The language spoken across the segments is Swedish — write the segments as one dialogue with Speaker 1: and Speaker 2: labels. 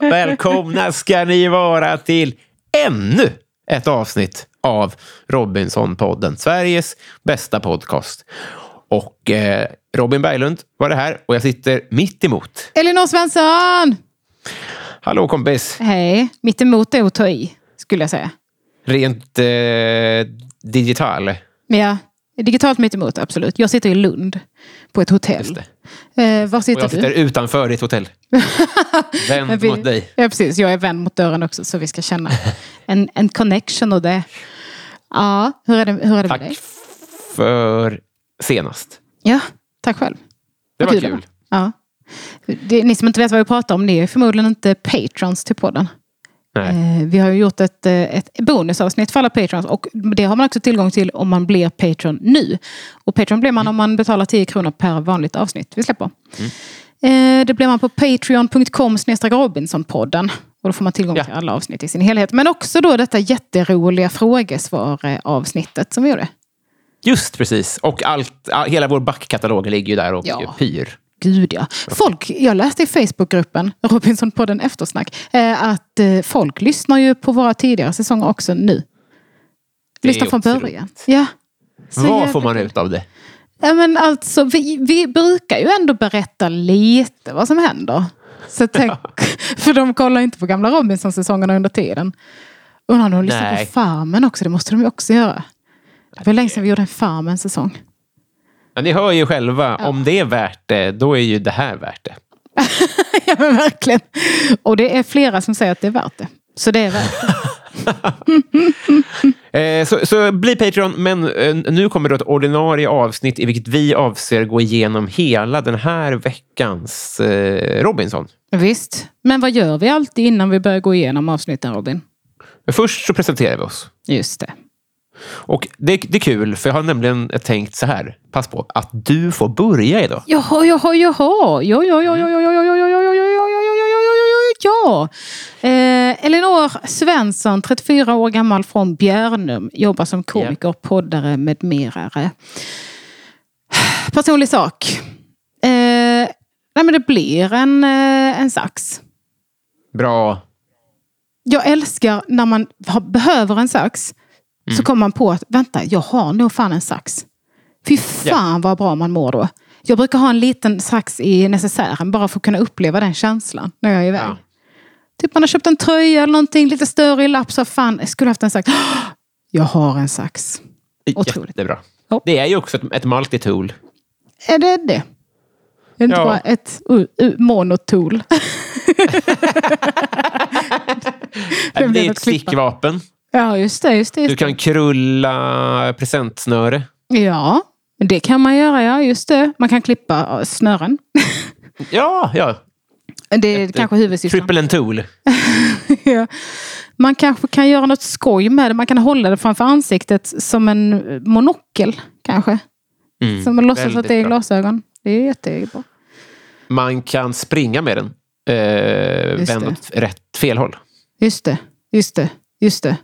Speaker 1: välkomna ska ni vara till ännu ett avsnitt av Robinson-podden, Sveriges bästa podcast. Och eh, Robin Berglund var det här och jag sitter mitt emot.
Speaker 2: Elinor Svensson!
Speaker 1: Hallå kompis!
Speaker 2: Hej. Mitt emot är att ta i, skulle jag säga.
Speaker 1: Rent eh, digital.
Speaker 2: Men ja, digitalt mitt emot, absolut. Jag sitter i Lund på ett hotell.
Speaker 1: Just
Speaker 2: Eh, var
Speaker 1: Och
Speaker 2: sitter
Speaker 1: jag
Speaker 2: du?
Speaker 1: sitter utanför ditt hotell.
Speaker 2: Men
Speaker 1: Vänd
Speaker 2: vi-
Speaker 1: mot dig.
Speaker 2: Ja, precis. Jag är vänd mot dörren också, så vi ska känna en, en connection och det. Ja, hur är det, hur är det med
Speaker 1: Tack
Speaker 2: dig?
Speaker 1: för senast.
Speaker 2: Ja, tack själv.
Speaker 1: Det
Speaker 2: Vad
Speaker 1: var
Speaker 2: det
Speaker 1: kul.
Speaker 2: Ja. Det, ni som inte vet vad vi pratar om, ni är förmodligen inte patrons till podden.
Speaker 1: Nej.
Speaker 2: Eh, vi har ju gjort ett, eh, ett bonusavsnitt för alla patrons och det har man också tillgång till om man blir patron nu. Och patron blir man om man betalar 10 kronor per vanligt avsnitt vi släpper.
Speaker 1: Mm.
Speaker 2: Eh, Det blir man på patreon.com robinsonpodden. Och då får man tillgång
Speaker 1: Ja.
Speaker 2: till alla avsnitt i sin helhet. Men också då detta jätteroliga frågesvar-avsnittet som vi gjorde.
Speaker 1: Just precis. Och allt, all, hela vår backkatalog ligger ju där och
Speaker 2: Ja.
Speaker 1: pyr.
Speaker 2: Gud ja. Folk, jag läste i Facebookgruppen, Robinsonpodden Eftersnack, eh, att eh, folk lyssnar ju på våra tidigare säsonger också nu.
Speaker 1: Det
Speaker 2: Lyssnar
Speaker 1: är
Speaker 2: från
Speaker 1: också
Speaker 2: början. Ja. Så
Speaker 1: Vad
Speaker 2: jävla
Speaker 1: får man
Speaker 2: kul.
Speaker 1: ut av det?
Speaker 2: Ja, men alltså, vi, vi brukar ju ändå berätta lite vad som händer. Så tänk, för de kollar inte på gamla Robinson-säsongerna under tiden. Undrar om de lyssnar
Speaker 1: Nej.
Speaker 2: på Farmen också, det måste de ju också göra. Det var länge sedan vi gjorde en Farmen-säsong.
Speaker 1: Ja, ni hör ju själva, om det är värt det, då är ju det här värt det.
Speaker 2: ja men verkligen. Och det är flera som säger att det är värt det. Så det är värt det.
Speaker 1: Eh, så, så bli Patreon, men eh, nu kommer då ett ordinarie avsnitt i vilket vi avser gå igenom hela den här veckans eh, Robinson.
Speaker 2: Visst. Men vad gör vi alltid innan vi börjar gå igenom avsnitten Robin?
Speaker 1: Men först så presenterar vi oss.
Speaker 2: Just det.
Speaker 1: Och det, det är kul, för jag har nämligen tänkt så här, pass på, att du får börja idag.
Speaker 2: Jaha, jaha, jaha. Ja, ja, ja, ja, ja, ja, ja, ja, ja, ja, ja, ja, ja, ja, ja, ja, ja, ja, ja, ja. Eh, Elinor Svensson, 34 år gammal från Bjärnum, jobbar som komiker, poddare med merare. Personlig sak. Eh, nej, men det blir en, eh, en sax.
Speaker 1: Bra.
Speaker 2: Jag älskar när man har, behöver en sax.
Speaker 1: Mm.
Speaker 2: Så kommer man på att vänta, jag har nog fan en sax. Fy fan vad bra man mår då. Jag brukar ha en liten sax i necessären bara för att kunna uppleva den känslan när jag är iväg.
Speaker 1: Ja.
Speaker 2: Typ man har köpt en tröja eller någonting, lite större i lapp. Så fan, jag skulle haft en sax. Jag har en sax. Otroligt.
Speaker 1: Jättebra.
Speaker 2: Ja.
Speaker 1: Det är ju också ett, ett multitool.
Speaker 2: Är det det? Det är inte
Speaker 1: Ja.
Speaker 2: bara ett u- u- monotool.
Speaker 1: Det
Speaker 2: blev
Speaker 1: är
Speaker 2: att
Speaker 1: ett
Speaker 2: klippa.
Speaker 1: stickvapen.
Speaker 2: ja, just det. Just det,
Speaker 1: Du
Speaker 2: just det.
Speaker 1: kan krulla presentsnöre.
Speaker 2: Ja, det kan man göra. Ja, just det. Man kan klippa ja, snören.
Speaker 1: Ja, ja.
Speaker 2: Det är kanske huvudsyftet.
Speaker 1: Triple and tool.
Speaker 2: Ja. Man kanske kan göra något skoj med det. Man kan hålla det framför ansiktet som en monokel. Kanske.
Speaker 1: Mm,
Speaker 2: Som man låtsas
Speaker 1: väldigt
Speaker 2: att det är
Speaker 1: bra.
Speaker 2: glasögon. Det är jättebra.
Speaker 1: Man kan springa med den. Eh,
Speaker 2: Just
Speaker 1: vänd
Speaker 2: det.
Speaker 1: åt rätt, fel håll.
Speaker 2: Just det, just det, just det.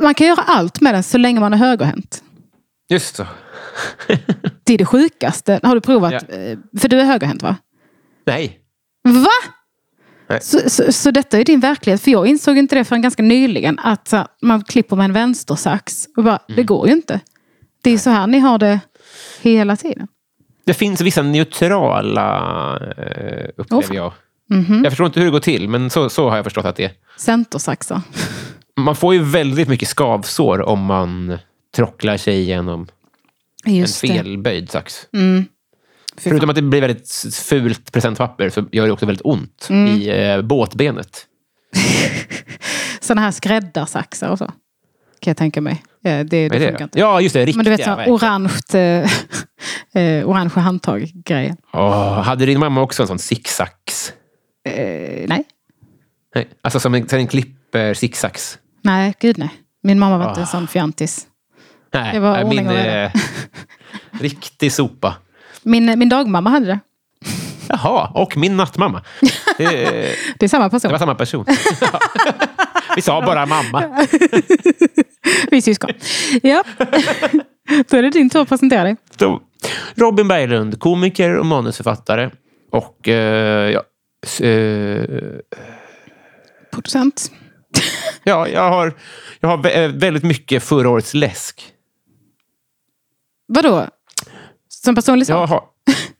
Speaker 2: Man kan göra allt med den så länge man är högerhänt.
Speaker 1: Just så.
Speaker 2: Det är det sjukaste. Har du provat?
Speaker 1: Ja.
Speaker 2: Eh, För du är högerhänt va?
Speaker 1: Nej.
Speaker 2: Va?
Speaker 1: Nej.
Speaker 2: Så, så, så detta är din verklighet. För jag insåg inte det förrän ganska nyligen. Att så, här, man klipper med en vänstersax. Och bara,
Speaker 1: Mm.
Speaker 2: det går ju inte. Det är så här ni har det hela tiden.
Speaker 1: Det finns vissa neutrala, eh, upplever
Speaker 2: fan.
Speaker 1: jag.
Speaker 2: Mhm.
Speaker 1: Jag förstår inte hur det går till, men så, så har jag förstått att det är.
Speaker 2: Centersaxar.
Speaker 1: Man får ju väldigt mycket skavsår om man trocklar sig igenom
Speaker 2: Just
Speaker 1: en
Speaker 2: det. Mm.
Speaker 1: felböjd sax.
Speaker 2: Fy fan.
Speaker 1: Förutom att det blir väldigt s- fult presentpapper så gör det också väldigt ont
Speaker 2: Mm.
Speaker 1: i eh, båtbenet.
Speaker 2: Sådana här skräddarsaxar och så. Kan jag tänka mig. Eh, Det,
Speaker 1: Vad
Speaker 2: det
Speaker 1: är
Speaker 2: funkar
Speaker 1: det?
Speaker 2: inte.
Speaker 1: Ja, just det. Riktiga.
Speaker 2: Men du vet, så här,
Speaker 1: verkligen.
Speaker 2: orange, eh, orange handtag-grejen.
Speaker 1: Åh, hade din mamma också en sån zigzags?
Speaker 2: Eh, nej.
Speaker 1: Nej, Alltså som en, som en klipper zigzags?
Speaker 2: Nej, gud nej. Min mamma var inte
Speaker 1: Ah.
Speaker 2: en sån fjantis.
Speaker 1: Nej,
Speaker 2: Det var
Speaker 1: äh,
Speaker 2: ordning och reda.
Speaker 1: eh, riktig sopa.
Speaker 2: Min, min dagmamma hade det.
Speaker 1: Jaha, och min nattmamma. Det, eh,
Speaker 2: Det är samma person.
Speaker 1: det var samma person. Vi sa bara mamma.
Speaker 2: Vi är syskon. Ja. Då är det din tur att presentera dig.
Speaker 1: Så, Robin Berglund, komiker och manusförfattare. Och eh, ja, s- eh,
Speaker 2: producent.
Speaker 1: Ja, jag har, jag har vä- eh, väldigt mycket förra årets läsk.
Speaker 2: Vadå? Som personlig sak?
Speaker 1: Jag har,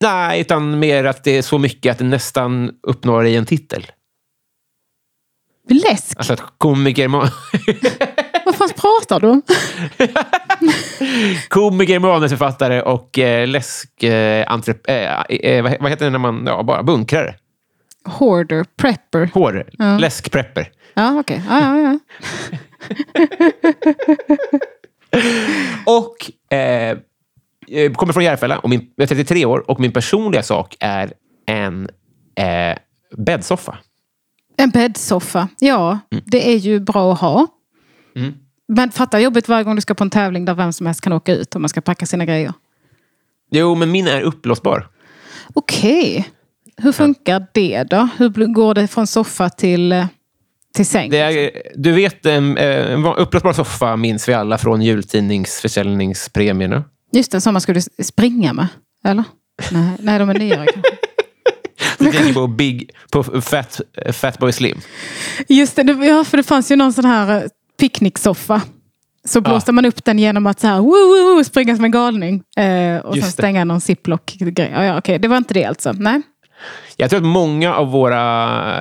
Speaker 1: nej, utan mer att det är så mycket att det nästan uppnår i en titel.
Speaker 2: Läsk?
Speaker 1: Alltså att komiker, ma-
Speaker 2: Vad fan pratar du om?
Speaker 1: komiker manusförfattare och eh, läsk... Eh, entrep- eh, eh, vad he- vad heter det när man... Ja, bara bunkrare.
Speaker 2: Hoarder, prepper.
Speaker 1: Hår. Läskprepper.
Speaker 2: Ja, okej. Ja, ja, ja.
Speaker 1: Och eh, jag kommer från Järfälla och min, jag är 33 år och min personliga sak är en eh, bäddsoffa.
Speaker 2: En bäddsoffa. Ja,
Speaker 1: Mm.
Speaker 2: det är ju bra att ha. Men fatta jobbigt varje gång du ska på en tävling där vem som helst kan åka ut om man ska packa sina grejer.
Speaker 1: Jo, men min är uppblåsbar.
Speaker 2: Okej. Hur funkar det då? Hur bl- går det från soffa till, eh, till säng?
Speaker 1: Det är, du vet, en, eh, en van- uppblåsbar soffa minns vi alla från jultidningsförsäljningspremierna.
Speaker 2: Just en som man skulle s- springa med, eller? Nej, nej de är nyare kanske.
Speaker 1: Du tänker på, big, på fat, Fatboy Slim.
Speaker 2: Just det, det, ja, för det fanns ju någon sån här eh, picknicksoffa. Så blåste man upp den genom att så här, woo, woo, woo, springa som en galning. Eh, och
Speaker 1: Just
Speaker 2: sen
Speaker 1: det.
Speaker 2: stänga någon ziplock-grej. Ja, ja, okej. Det var inte det alltså? Nej.
Speaker 1: Jag tror att många av våra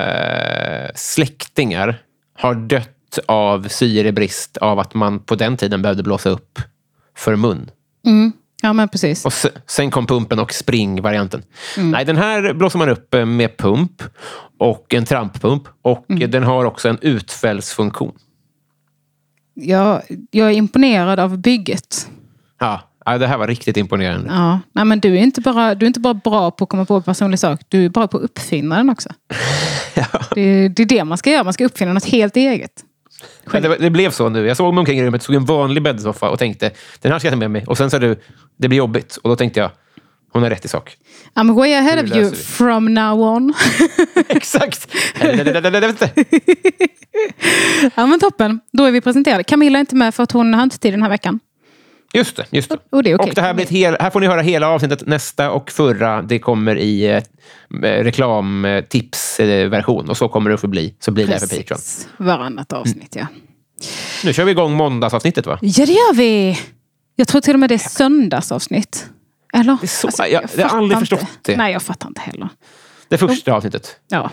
Speaker 1: eh, släktingar har dött av syrebrist av att man på den tiden behövde blåsa upp för mun.
Speaker 2: Mm. Ja, men precis.
Speaker 1: Och se- sen kom pumpen och springvarianten. Nej, den här blåser man upp eh, med pump och en tramppump. Och eh, den har också en utfällsfunktion.
Speaker 2: Jag, jag är imponerad av bygget.
Speaker 1: Ja, ja, det här var riktigt imponerande.
Speaker 2: Ja. Nej, men du, är inte bara, du är inte bara bra på att komma på en personlig sak. Du är bra på att uppfinna den också. Det, det är det man ska göra. Man ska uppfinna något helt eget.
Speaker 1: Men det, var- det blev så nu. Jag såg mig omkring i rummet, såg en vanlig bäddsoffa och tänkte den här ska jag ta med mig. Och sen sa du, det blir jobbigt. Och då tänkte jag, hon har rätt i sak.
Speaker 2: I'm way ahead
Speaker 1: Hur
Speaker 2: of you
Speaker 1: löser vi?
Speaker 2: from now on.
Speaker 1: Exakt!
Speaker 2: ja, men toppen. Då är vi presenterade. Camilla är inte med för att hon har inte tid den här veckan.
Speaker 1: Just det. Just det.
Speaker 2: Och Oh, det är okej.
Speaker 1: Och det här, blir ett hel, här får ni höra hela avsnittet, nästa och förra. Det kommer i eh, reklamtipsversion och så kommer det att få bli. Så blir det här för Patreon.
Speaker 2: Precis. Varannat avsnitt, ja.
Speaker 1: Nu kör vi igång måndagsavsnittet va?
Speaker 2: Mm. Ja, det gör vi! Jag tror till och med det är söndagsavsnitt. Eller? Det
Speaker 1: är så- jag- jag har aldrig förstått det.
Speaker 2: Nej, jag fattar inte heller.
Speaker 1: Det första avsnittet.
Speaker 2: Ja.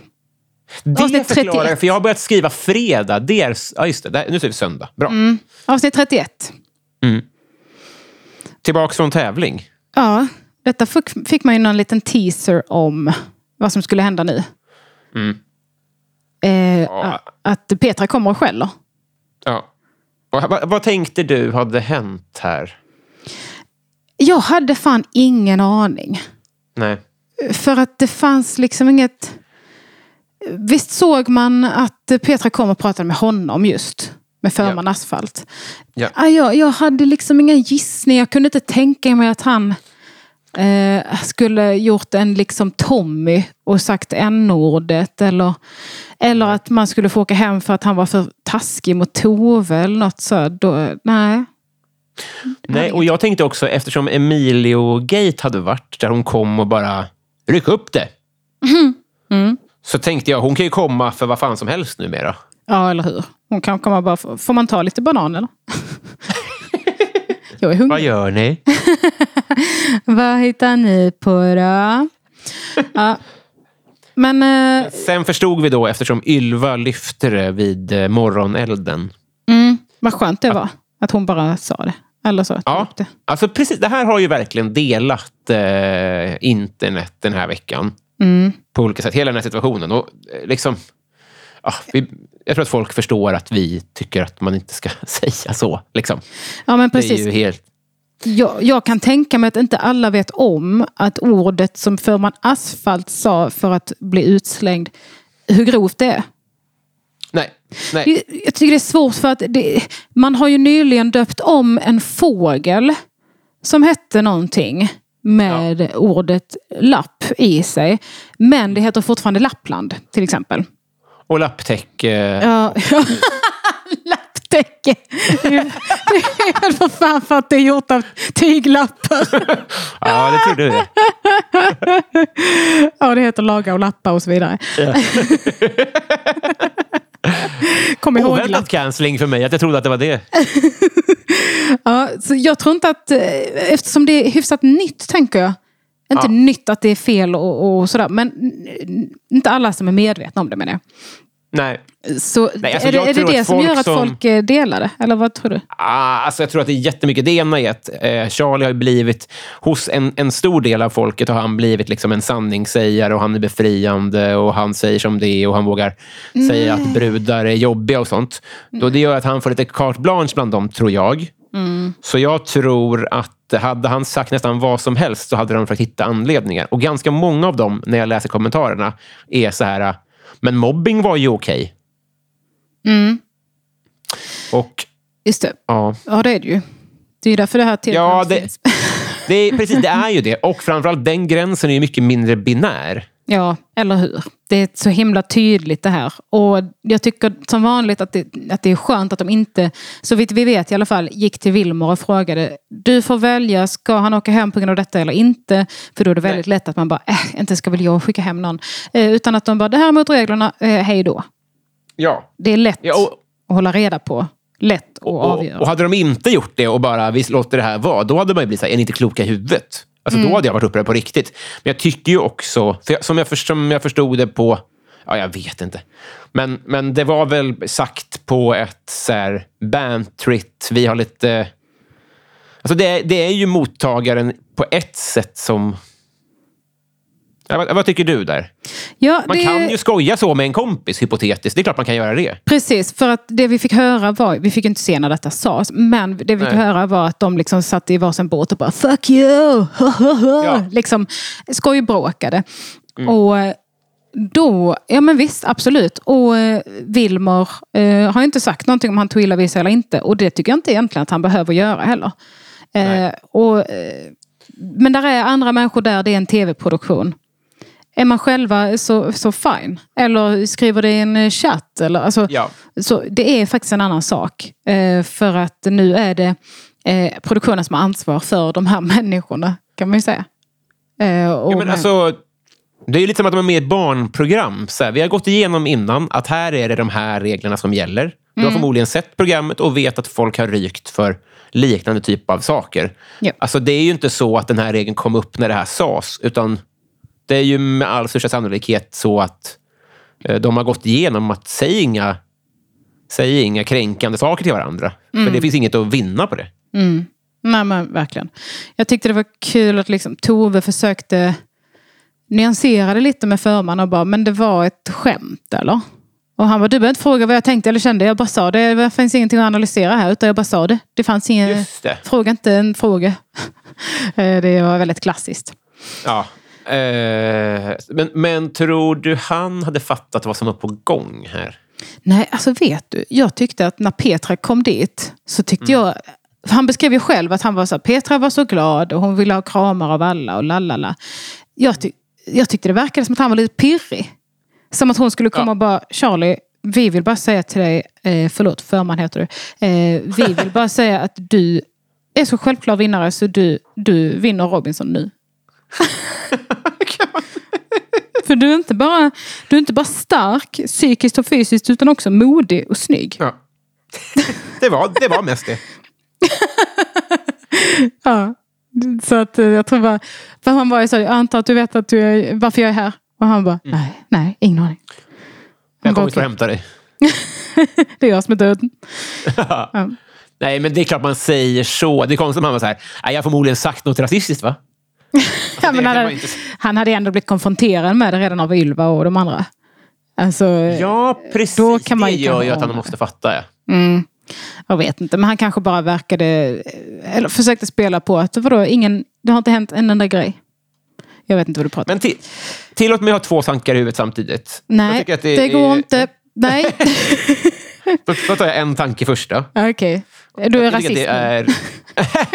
Speaker 1: Det
Speaker 2: Avsnitt
Speaker 1: förklarar
Speaker 2: 31.
Speaker 1: jag, för jag har börjat skriva fredag. Det är, ja, just det. Där, nu säger vi söndag. Bra.
Speaker 2: Mm. Avsnitt 31.
Speaker 1: Tillbaks från tävling.
Speaker 2: Ja, detta fick, fick man ju någon liten teaser om vad som skulle hända nu. Eh,
Speaker 1: Mm. Ja.
Speaker 2: Att Petra kommer och skäller.
Speaker 1: Ja. Vad, vad, vad tänkte du hade hänt här?
Speaker 2: Jag hade fan ingen aning.
Speaker 1: Nej.
Speaker 2: För att det fanns liksom inget... Visst såg man att Petra kom och pratade med honom just. Med förman Asfalt.
Speaker 1: Ja.
Speaker 2: Ah, Jag, jag hade liksom ingen gissning. Jag kunde inte tänka mig att han eh, skulle gjort en liksom Tommy och sagt n-ordet. Eller, eller att man skulle få åka hem för att han var för taskig mot Tove eller något så. Då, nej.
Speaker 1: Nej, och jag tänkte också, eftersom Emilio Gate hade varit där hon kom och bara ryck upp det. Så tänkte jag, hon kan ju komma för vad fan som helst numera.
Speaker 2: Ja, eller hur? Hon kan komma bara... f- Får man ta lite banan eller? jag är hungrig.
Speaker 1: Vad gör ni?
Speaker 2: Vad hittar ni på då? Ja. Men eh,
Speaker 1: Sen förstod vi då, eftersom Ylva lyfte det vid eh, morgonelden.
Speaker 2: mm, vad skönt det var att hon bara sa det. Eller så. typ
Speaker 1: Ja,
Speaker 2: Det.
Speaker 1: alltså precis. Det här har ju verkligen delat eh, internet den här veckan.
Speaker 2: Mm.
Speaker 1: På olika sätt. Hela den här situationen. Och, eh, liksom, ja, vi, jag tror att folk förstår att vi tycker att man inte ska säga så. Liksom.
Speaker 2: ja men
Speaker 1: Det är
Speaker 2: precis.
Speaker 1: ju helt...
Speaker 2: Jag, jag kan tänka mig att inte alla vet om att ordet som förman Asfalt sa för att bli utslängd, hur grovt det är.
Speaker 1: Nej. nej.
Speaker 2: Jag, jag tycker det är svårt för att det, man har ju nyligen döpt om en fågel som hette någonting med ordet lapp i sig. Men det heter fortfarande Lappland till exempel.
Speaker 1: Och lapptäck. Eh,
Speaker 2: Ja. Lapptäcke. Det är ju- det är väl för fan för att det är gjort av tyglappar.
Speaker 1: ja, det trodde du.
Speaker 2: Ja, det heter laga och lappa och så vidare. Kom ihåg lapp.
Speaker 1: Oväntat cancelling för mig, att jag trodde att det var det.
Speaker 2: Ja, så jag tror inte att, eh, eftersom det är hyfsat nytt tänker jag. Inte
Speaker 1: Ja.
Speaker 2: nytt att det är fel och, och sådär, men n- inte alla som är medvetna om det menar jag.
Speaker 1: Nej.
Speaker 2: Så
Speaker 1: Nej, alltså,
Speaker 2: är det,
Speaker 1: jag
Speaker 2: är det
Speaker 1: tror
Speaker 2: det
Speaker 1: att
Speaker 2: som gör
Speaker 1: folk
Speaker 2: att
Speaker 1: som-
Speaker 2: folk eh, delar det? Eller vad tror du?
Speaker 1: Ah, alltså jag tror att det är jättemycket det ena i att eh, Charlie har ju blivit, hos en, en stor del av folket har han blivit liksom en sanningssägare och han är befriande och han säger som det är och han vågar säga att brudar är jobbiga och sånt. Då det gör att han får lite carte blanche bland dem, tror jag. Så jag tror att hade han sagt nästan vad som helst så hade de försökt hitta anledningar. Och ganska många av dem, när jag läser kommentarerna, är så här, ah, men mobbing var ju okej. Och
Speaker 2: Just det.
Speaker 1: ja...
Speaker 2: Ja, det är det ju. Det är ju därför det här
Speaker 1: Ja,
Speaker 2: temat
Speaker 1: det-
Speaker 2: finns.
Speaker 1: Det är, precis, det är ju det. Och framförallt den gränsen är ju mycket mindre binär.
Speaker 2: Ja, eller hur? Det är så himla tydligt det här. Och jag tycker som vanligt att det, att det är skönt att de inte, så vitt vi vet i alla fall, gick till Wilmer och frågade du får välja, ska han åka hem på grund av detta eller inte? För då är det väldigt lätt att man bara, äh, inte ska väl jag skicka hem någon. Eh, utan att de bara, det här är mot reglerna, eh, hej då.
Speaker 1: Ja.
Speaker 2: Det är lätt
Speaker 1: Ja, och-
Speaker 2: att hålla reda på, lätt att
Speaker 1: Och,
Speaker 2: avgöra.
Speaker 1: och hade de inte gjort det och bara vi låter det här vara, då hade man ju blivit så här, är ni inte kloka i huvudet? Alltså, Då hade jag varit upprörd på riktigt. Men jag tycker ju också, för jag, som, jag, för- som jag förstod det på, ja, jag vet inte. Men, men det var väl sagt på ett så här, bantrigt, vi har lite... Alltså det, är- det är ju mottagaren på ett sätt som... Ja, vad, vad tycker du där?
Speaker 2: ja,
Speaker 1: Man
Speaker 2: det-
Speaker 1: kan ju skoja så med en kompis, hypotetiskt. Det är klart man kan göra det.
Speaker 2: Precis, för att det vi fick höra var, vi fick ju inte se när detta sades, men det vi fick
Speaker 1: Nej.
Speaker 2: höra var att de liksom satt i varsin båt och bara fuck you! Liksom skojbråkade.
Speaker 1: Mm.
Speaker 2: Och eh, då, ja men visst absolut. Och eh, Wilmer eh, har ju inte sagt någonting om han tog illa vid sig eller inte. Och det tycker jag inte egentligen att han behöver göra heller. Eh,
Speaker 1: Nej.
Speaker 2: och, eh, men där är andra människor där, det är en tv-produktion. Är man själva så, så fine. Eller skriver det i en eh, chatt. Eller, alltså,
Speaker 1: Ja.
Speaker 2: så det är faktiskt en annan sak. Eh, för att nu är det eh, produktionen som har ansvar för de här människorna. Kan man ju säga. Eh, och
Speaker 1: ja, men alltså, det är ju lite som att de är med i ett barnprogram. Så här, vi har gått igenom innan att här är det de här reglerna som gäller. Du
Speaker 2: Mm.
Speaker 1: har förmodligen sett programmet och vet att folk har rykt för liknande typ av saker.
Speaker 2: Ja.
Speaker 1: Alltså, det är ju inte så att den här regeln kom upp när det här sades, utan det är ju med all största sannolikhet så att eh, de har gått igenom att säga inga, säg inga kränkande saker till varandra.
Speaker 2: Mm.
Speaker 1: För det finns inget att vinna på det.
Speaker 2: Nej men verkligen. Jag tyckte det var kul att liksom, Tove försökte nyansera det lite med förman och bara, men det var ett skämt eller? Och han bara, du behöver inte fråga vad jag tänkte eller kände. Jag bara sa det. Det finns ingenting att analysera här. Utan jag bara sa det. Det fanns ingen...
Speaker 1: Just det.
Speaker 2: Fråga inte en fråga. Eh, det var väldigt klassiskt.
Speaker 1: Ja. Eh, men, men tror du han hade fattat vad som var på gång här?
Speaker 2: Nej, alltså vet du. Jag tyckte att när Petra kom dit så tyckte jag... för Han beskrev ju själv att han var så här, Petra var så glad och hon ville ha kramar av alla och lalala. Jag, tyck, jag tyckte det verkade som att han var lite pirrig. Som att hon skulle komma
Speaker 1: Ja.
Speaker 2: och bara, Charlie, vi vill bara säga till dig, eh, förlåt, förman heter du. Eh, vi vill bara säga att du är så självklar vinnare så du, du vinner Robinson nu. För du är, inte bara, du är inte bara stark psykiskt och fysiskt utan också modig och snygg.
Speaker 1: Ja. det, var, det var mest det.
Speaker 2: Ja. Så att eh, jag tror bara... För han var ju så, jag antar att du vet att du är, varför jag är här. Och han bara, nej, nej, ingen aning.
Speaker 1: Jag
Speaker 2: bara,
Speaker 1: kommer inte att hämta dig.
Speaker 2: Det är jag som är döden.
Speaker 1: Nej, men det är klart man säger så. Det är konstigt om han var så här, "Nej, jag har förmodligen sagt något rasistiskt va?
Speaker 2: Ja,
Speaker 1: kan
Speaker 2: men han,
Speaker 1: man
Speaker 2: hade,
Speaker 1: inte s-
Speaker 2: han hade ändå blivit konfronterad med det redan av Ylva och de andra. Alltså,
Speaker 1: Ja, precis.
Speaker 2: Då kan man
Speaker 1: det
Speaker 2: ju
Speaker 1: gör ju
Speaker 2: kanske
Speaker 1: att han
Speaker 2: ana.
Speaker 1: måste fatta. Ja.
Speaker 2: mm, jag vet inte. Men han kanske bara verkade, eller försökte spela på att vadå, ingen, det har inte hänt en enda grej. Jag vet inte vad du pratar om.
Speaker 1: Men till, tillåt mig ha två tankar i huvudet samtidigt. Jag
Speaker 2: Nej,
Speaker 1: tycker att
Speaker 2: det, går
Speaker 1: är-
Speaker 2: inte. Nej,
Speaker 1: Då, då tar jag en tanke först. Då.
Speaker 2: okej. Du är
Speaker 1: Jag tycker
Speaker 2: rasist
Speaker 1: att Det
Speaker 2: nu.
Speaker 1: är,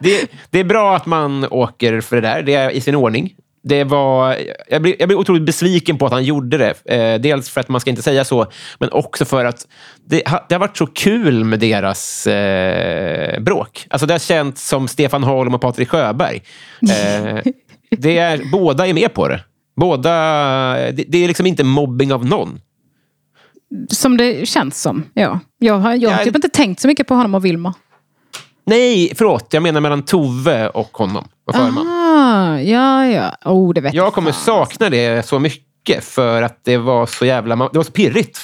Speaker 1: det, det är bra att man åker för det där. Det är i sin ordning. Det var, jag, blir, jag blir otroligt besviken på att han gjorde det. Eh, dels för att man ska inte säga så, men också för att det, ha- det har varit så kul med deras eh, bråk. Alltså det har känts som Stefan Holm och Patrik Sjöberg. Eh, det är, båda är med på det. Båda, det, det är liksom inte mobbing av någon.
Speaker 2: som det känns som. Ja. Jag har, jag har
Speaker 1: Ja.
Speaker 2: typ inte tänkt så mycket på honom och Vilma.
Speaker 1: Nej, förlåt. Jag menar mellan Tove och honom. Och förman.
Speaker 2: Ah, ja, ja. Oh, det vet
Speaker 1: Jag kommer
Speaker 2: fan.
Speaker 1: sakna det så mycket för att det var så jävla... Det var så pirrigt.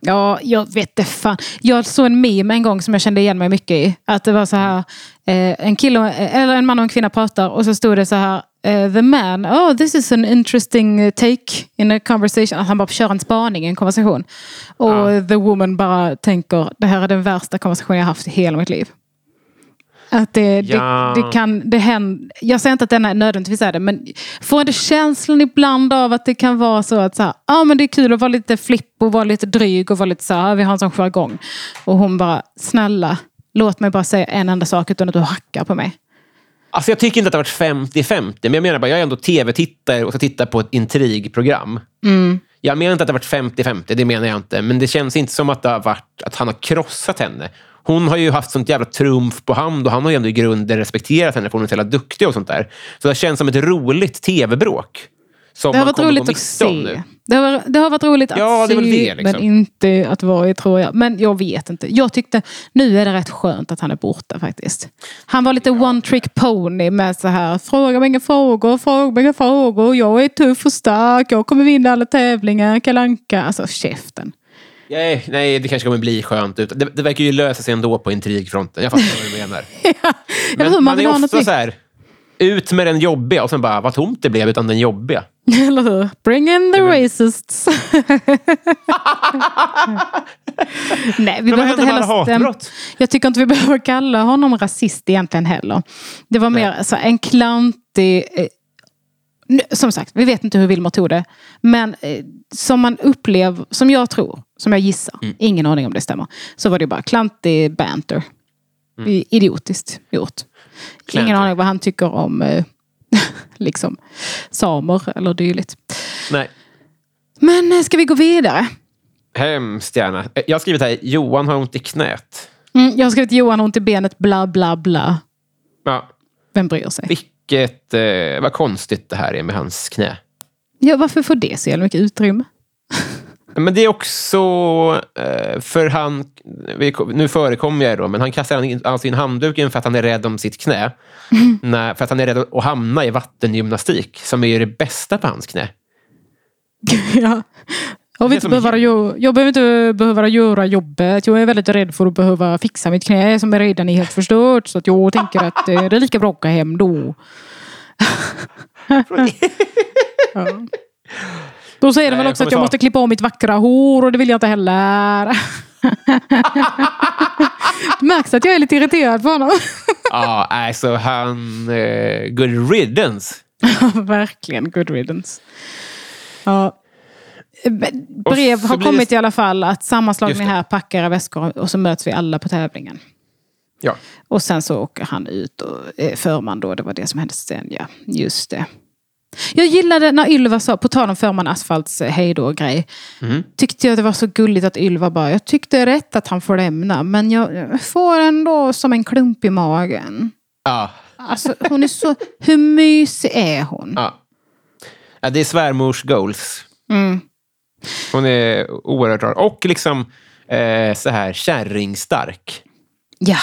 Speaker 2: Ja, jag vet det fan. Jag såg en meme en gång som jag kände igen mig mycket i. Att det var så här, eh, en, kille, och- eller en man och en kvinna pratar och så stod det så här, eh, the man, oh this is an interesting eh, take in a conversation. Att han bara kör en spaning i en konversation. Och the woman bara tänker, det här är den värsta konversation jag haft i hela mitt liv. Att det,
Speaker 1: Ja.
Speaker 2: det, det kan, det händer, jag säger inte att den här nödvändigtvis är det, men får inte känslan ibland av att det kan vara så att så här, ah, men det är kul att vara lite flipp och vara lite dryg och vara lite så här, vi har en sån jargong. Och hon bara, snälla, låt mig bara säga en enda sak utan att du hackar på mig.
Speaker 1: Alltså jag tycker inte att det har varit 50-50, men jag menar bara, jag är ändå tv-tittare och ska titta på ett intrigprogram.
Speaker 2: Mm.
Speaker 1: Jag menar inte att det har varit 50-50, det menar jag inte. Men det känns inte som att det har varit att han har krossat henne. Hon har ju haft sånt jävla trumf på hand och han har ju ändå i grunden respekterat henne för hon är så jävla duktig och sånt där. Så det känns som ett roligt tv-bråk. Som
Speaker 2: Det har
Speaker 1: man
Speaker 2: varit
Speaker 1: kommer
Speaker 2: roligt
Speaker 1: gå
Speaker 2: att
Speaker 1: miste om nu.
Speaker 2: se. Det har, det har varit roligt att
Speaker 1: Ja, det
Speaker 2: se,
Speaker 1: är väl det, liksom.
Speaker 2: men inte att vara i tror jag. Men jag vet inte. Jag tyckte, nu är det rätt skönt att han är borta faktiskt. Han var lite one trick pony med så här, fråga mig inga frågor, fråga mig inga frågor, jag är tuff och stark, jag kommer vinna alla tävlingar, Kalle Anka. Alltså käften.
Speaker 1: Nej, eh, nej, det kanske kommer bli skönt. ut. Det, det verkar ju lösa sig ändå på intrigfronten. Jag fattar vad du menar.
Speaker 2: Eller hur,
Speaker 1: Men
Speaker 2: man
Speaker 1: man
Speaker 2: vill ha
Speaker 1: är
Speaker 2: något
Speaker 1: ofta
Speaker 2: nytt.
Speaker 1: så här, ut med den jobbiga och sen bara, vad tomt det blev utan den jobbiga.
Speaker 2: Eller hur? Bring in the
Speaker 1: Mm.
Speaker 2: racists. Nej, vi
Speaker 1: Men vad
Speaker 2: behöver inte
Speaker 1: händer med alla
Speaker 2: heller... stäm-
Speaker 1: hatbrott?
Speaker 2: Jag tycker inte vi behöver kalla honom rasist egentligen heller. Det var mer alltså, en klantig... eh, nu- Som sagt, vi vet inte hur Wilmer tog det. Men eh, som man upplev, som jag tror, som jag gissar,
Speaker 1: Mm.
Speaker 2: ingen aning om det stämmer, så var det bara klantig banter.
Speaker 1: Mm.
Speaker 2: Idiotiskt gjort.
Speaker 1: Klantig.
Speaker 2: Ingen aning vad han tycker om eh, liksom samer eller dylikt.
Speaker 1: Nej.
Speaker 2: Men eh, ska vi gå vidare?
Speaker 1: Hemskt gärna. Eh, Jag har skrivit här, Johan har ont i knät.
Speaker 2: Mm, jag har skrivit Johan har ont i benet, bla bla bla.
Speaker 1: Ja,
Speaker 2: Vem bryr sig?
Speaker 1: vilket, eh, vad konstigt det här är med hans knä.
Speaker 2: Ja, varför får det så jävla mycket utrymme?
Speaker 1: Men det är också eh, för han, vi, nu förekommer jag ju då, men han kastar in- alltså in handduken för att han är rädd om sitt knä. När, för att han är rädd att hamna i vattengymnastik, som är ju det bästa på hans knä.
Speaker 2: ja. Och vi
Speaker 1: Det
Speaker 2: inte
Speaker 1: är
Speaker 2: behöver,
Speaker 1: som-
Speaker 2: jag, jag behöver inte behöva göra jobbet. Jag är väldigt rädd för att behöva fixa mitt knä som redan är helt förstört. Så att jag tänker att eh, det är lika bra att åka hem då. ja. Då säger de
Speaker 1: Nej,
Speaker 2: väl
Speaker 1: jag
Speaker 2: också att
Speaker 1: kommer
Speaker 2: jag
Speaker 1: ta-
Speaker 2: måste klippa av mitt vackra hår och det vill jag inte heller. Märks att jag är lite irriterad på honom.
Speaker 1: Ja, alltså han... Eh, good riddance.
Speaker 2: Verkligen, good riddance. Ja. Men
Speaker 1: Och
Speaker 2: Brev
Speaker 1: så
Speaker 2: har
Speaker 1: blir det-
Speaker 2: kommit i alla fall att
Speaker 1: Just
Speaker 2: sammanslagning
Speaker 1: det.
Speaker 2: här, packa era väskor och så möts vi alla på tävlingen.
Speaker 1: Ja.
Speaker 2: Och sen så åker han ut och eh, förman då, det var det som hände sen ja. Just det. Jag gillade när Ylva sa, på tal om förman Asfalts eh, hej då grej.
Speaker 1: Mm.
Speaker 2: Tyckte jag det var så gulligt att Ylva bara, jag tyckte rätt att han får lämna men jag jag får ändå som en klump i magen.
Speaker 1: Ja.
Speaker 2: Alltså hon är så, hur mysig är hon?
Speaker 1: ja. ja det är svärmors goals.
Speaker 2: Mm.
Speaker 1: Hon är oerhört rar. Och liksom eh, så här kärringstark.
Speaker 2: Ja.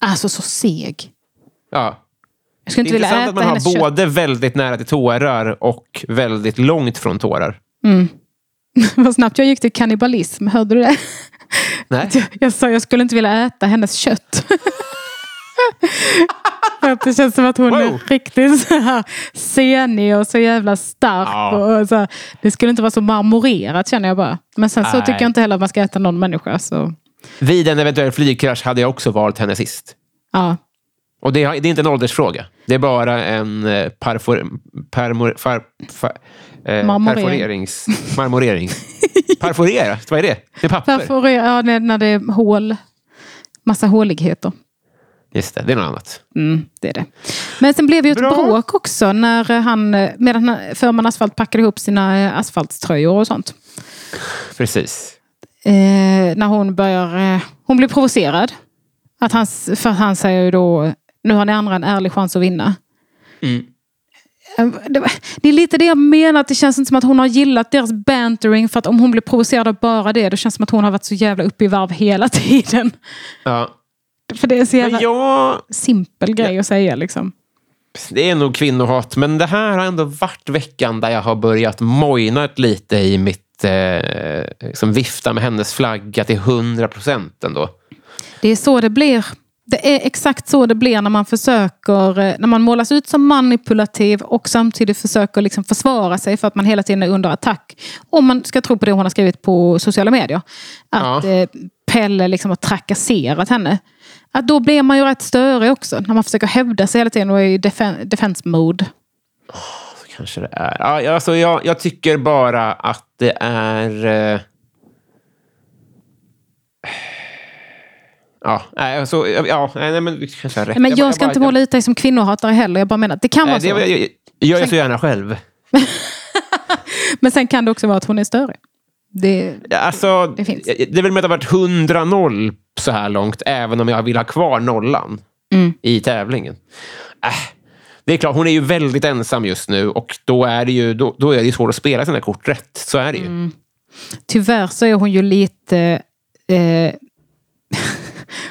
Speaker 2: Alltså så seg.
Speaker 1: Ja.
Speaker 2: Jag skulle
Speaker 1: Det
Speaker 2: inte
Speaker 1: är
Speaker 2: vilja
Speaker 1: intressant
Speaker 2: äta
Speaker 1: att man
Speaker 2: hennes
Speaker 1: har
Speaker 2: kött.
Speaker 1: både väldigt nära till tårar och väldigt långt från tårar.
Speaker 2: Mm. Vad snabbt jag gick till kannibalism, hörde du det?
Speaker 1: Nej.
Speaker 2: Jag, jag sa jag skulle inte vilja äta hennes kött. För att det känns som att hon
Speaker 1: Wow.
Speaker 2: är riktigt så här senig och så jävla stark.
Speaker 1: Ja.
Speaker 2: Och så här, det skulle inte vara så marmorerat känner jag bara. Men sen så
Speaker 1: Nej.
Speaker 2: tycker jag inte heller att man ska äta någon människa. Så.
Speaker 1: Vid en eventuell flygkrasch hade jag också valt henne sist.
Speaker 2: Ja.
Speaker 1: Och det, har- det är inte en åldersfråga. Det är bara en eh, parfor, permor, far, far, eh,
Speaker 2: Marmorering.
Speaker 1: perforerings... Marmorering. Perforera? Vad är det? Det är papper.
Speaker 2: Varför, ja, när, när det är hål. Massa håligheter.
Speaker 1: Just det, det är något annat.
Speaker 2: Mm, det är det. Men sen blev det ju ett
Speaker 1: Bra.
Speaker 2: bråk också när eh, han, eh, medan han- förman Asfalt packade ihop sina eh, asfaltströjor och sånt.
Speaker 1: Precis.
Speaker 2: Eh, när hon börjar, eh, hon blir provocerad. Att
Speaker 1: Mm.
Speaker 2: han, s- för han säger ju då, nu har ni andra en ärlig chans att vinna. Eh, Det var- det är lite det jag menar, att det känns inte som att hon har gillat deras bantering. För att om hon blir provocerad av bara det, då känns det som att hon har varit så jävla uppe i varv hela tiden.
Speaker 1: Ja.
Speaker 2: För det är en så jävla
Speaker 1: Men jag...
Speaker 2: simpel grej att säga liksom.
Speaker 1: Det är nog kvinnohat, men det här har ändå varit veckan där jag har börjat mojna lite i mitt... Eh, liksom vifta med hennes flagga till 100 procent ändå.
Speaker 2: Det är så det blir. Det är exakt så det blir när man försöker, eh, när man målas ut som manipulativ och samtidigt försöker liksom försvara sig för att man hela tiden är under attack. Om man ska tro på det hon har skrivit på sociala medier. Att
Speaker 1: Ja.
Speaker 2: eh, Pelle liksom har trakasserat henne. Att då blir man ju rätt störig också. När man försöker hävda sig hela tiden och är i defen- defense mode.
Speaker 1: Så kanske det är. Ja, jag- alltså, jag, jag tycker bara att det är... Eh... Ja, nej, alltså, ja, nej, men vi kanske har rätt.
Speaker 2: Men jag,
Speaker 1: bara-
Speaker 2: ska
Speaker 1: bara-
Speaker 2: inte måla ut dig som kvinnohatare heller. Jag bara menar att det kan
Speaker 1: Nej,
Speaker 2: vara
Speaker 1: det
Speaker 2: så.
Speaker 1: jag- jag- gör jag så gärna själv.
Speaker 2: Men sen kan det också vara att hon är störig. Det,
Speaker 1: Alltså,
Speaker 2: Det
Speaker 1: det,
Speaker 2: finns.
Speaker 1: är väl med att det har varit 100-0 så här långt, även om jag vill ha kvar nollan
Speaker 2: Mm.
Speaker 1: i tävlingen. Äh, det är klart, hon är ju väldigt ensam just nu och då är det ju, då, då är det ju svårt att spela sina kort rätt. Så är det ju.
Speaker 2: Mm. Tyvärr så är hon ju lite... Eh,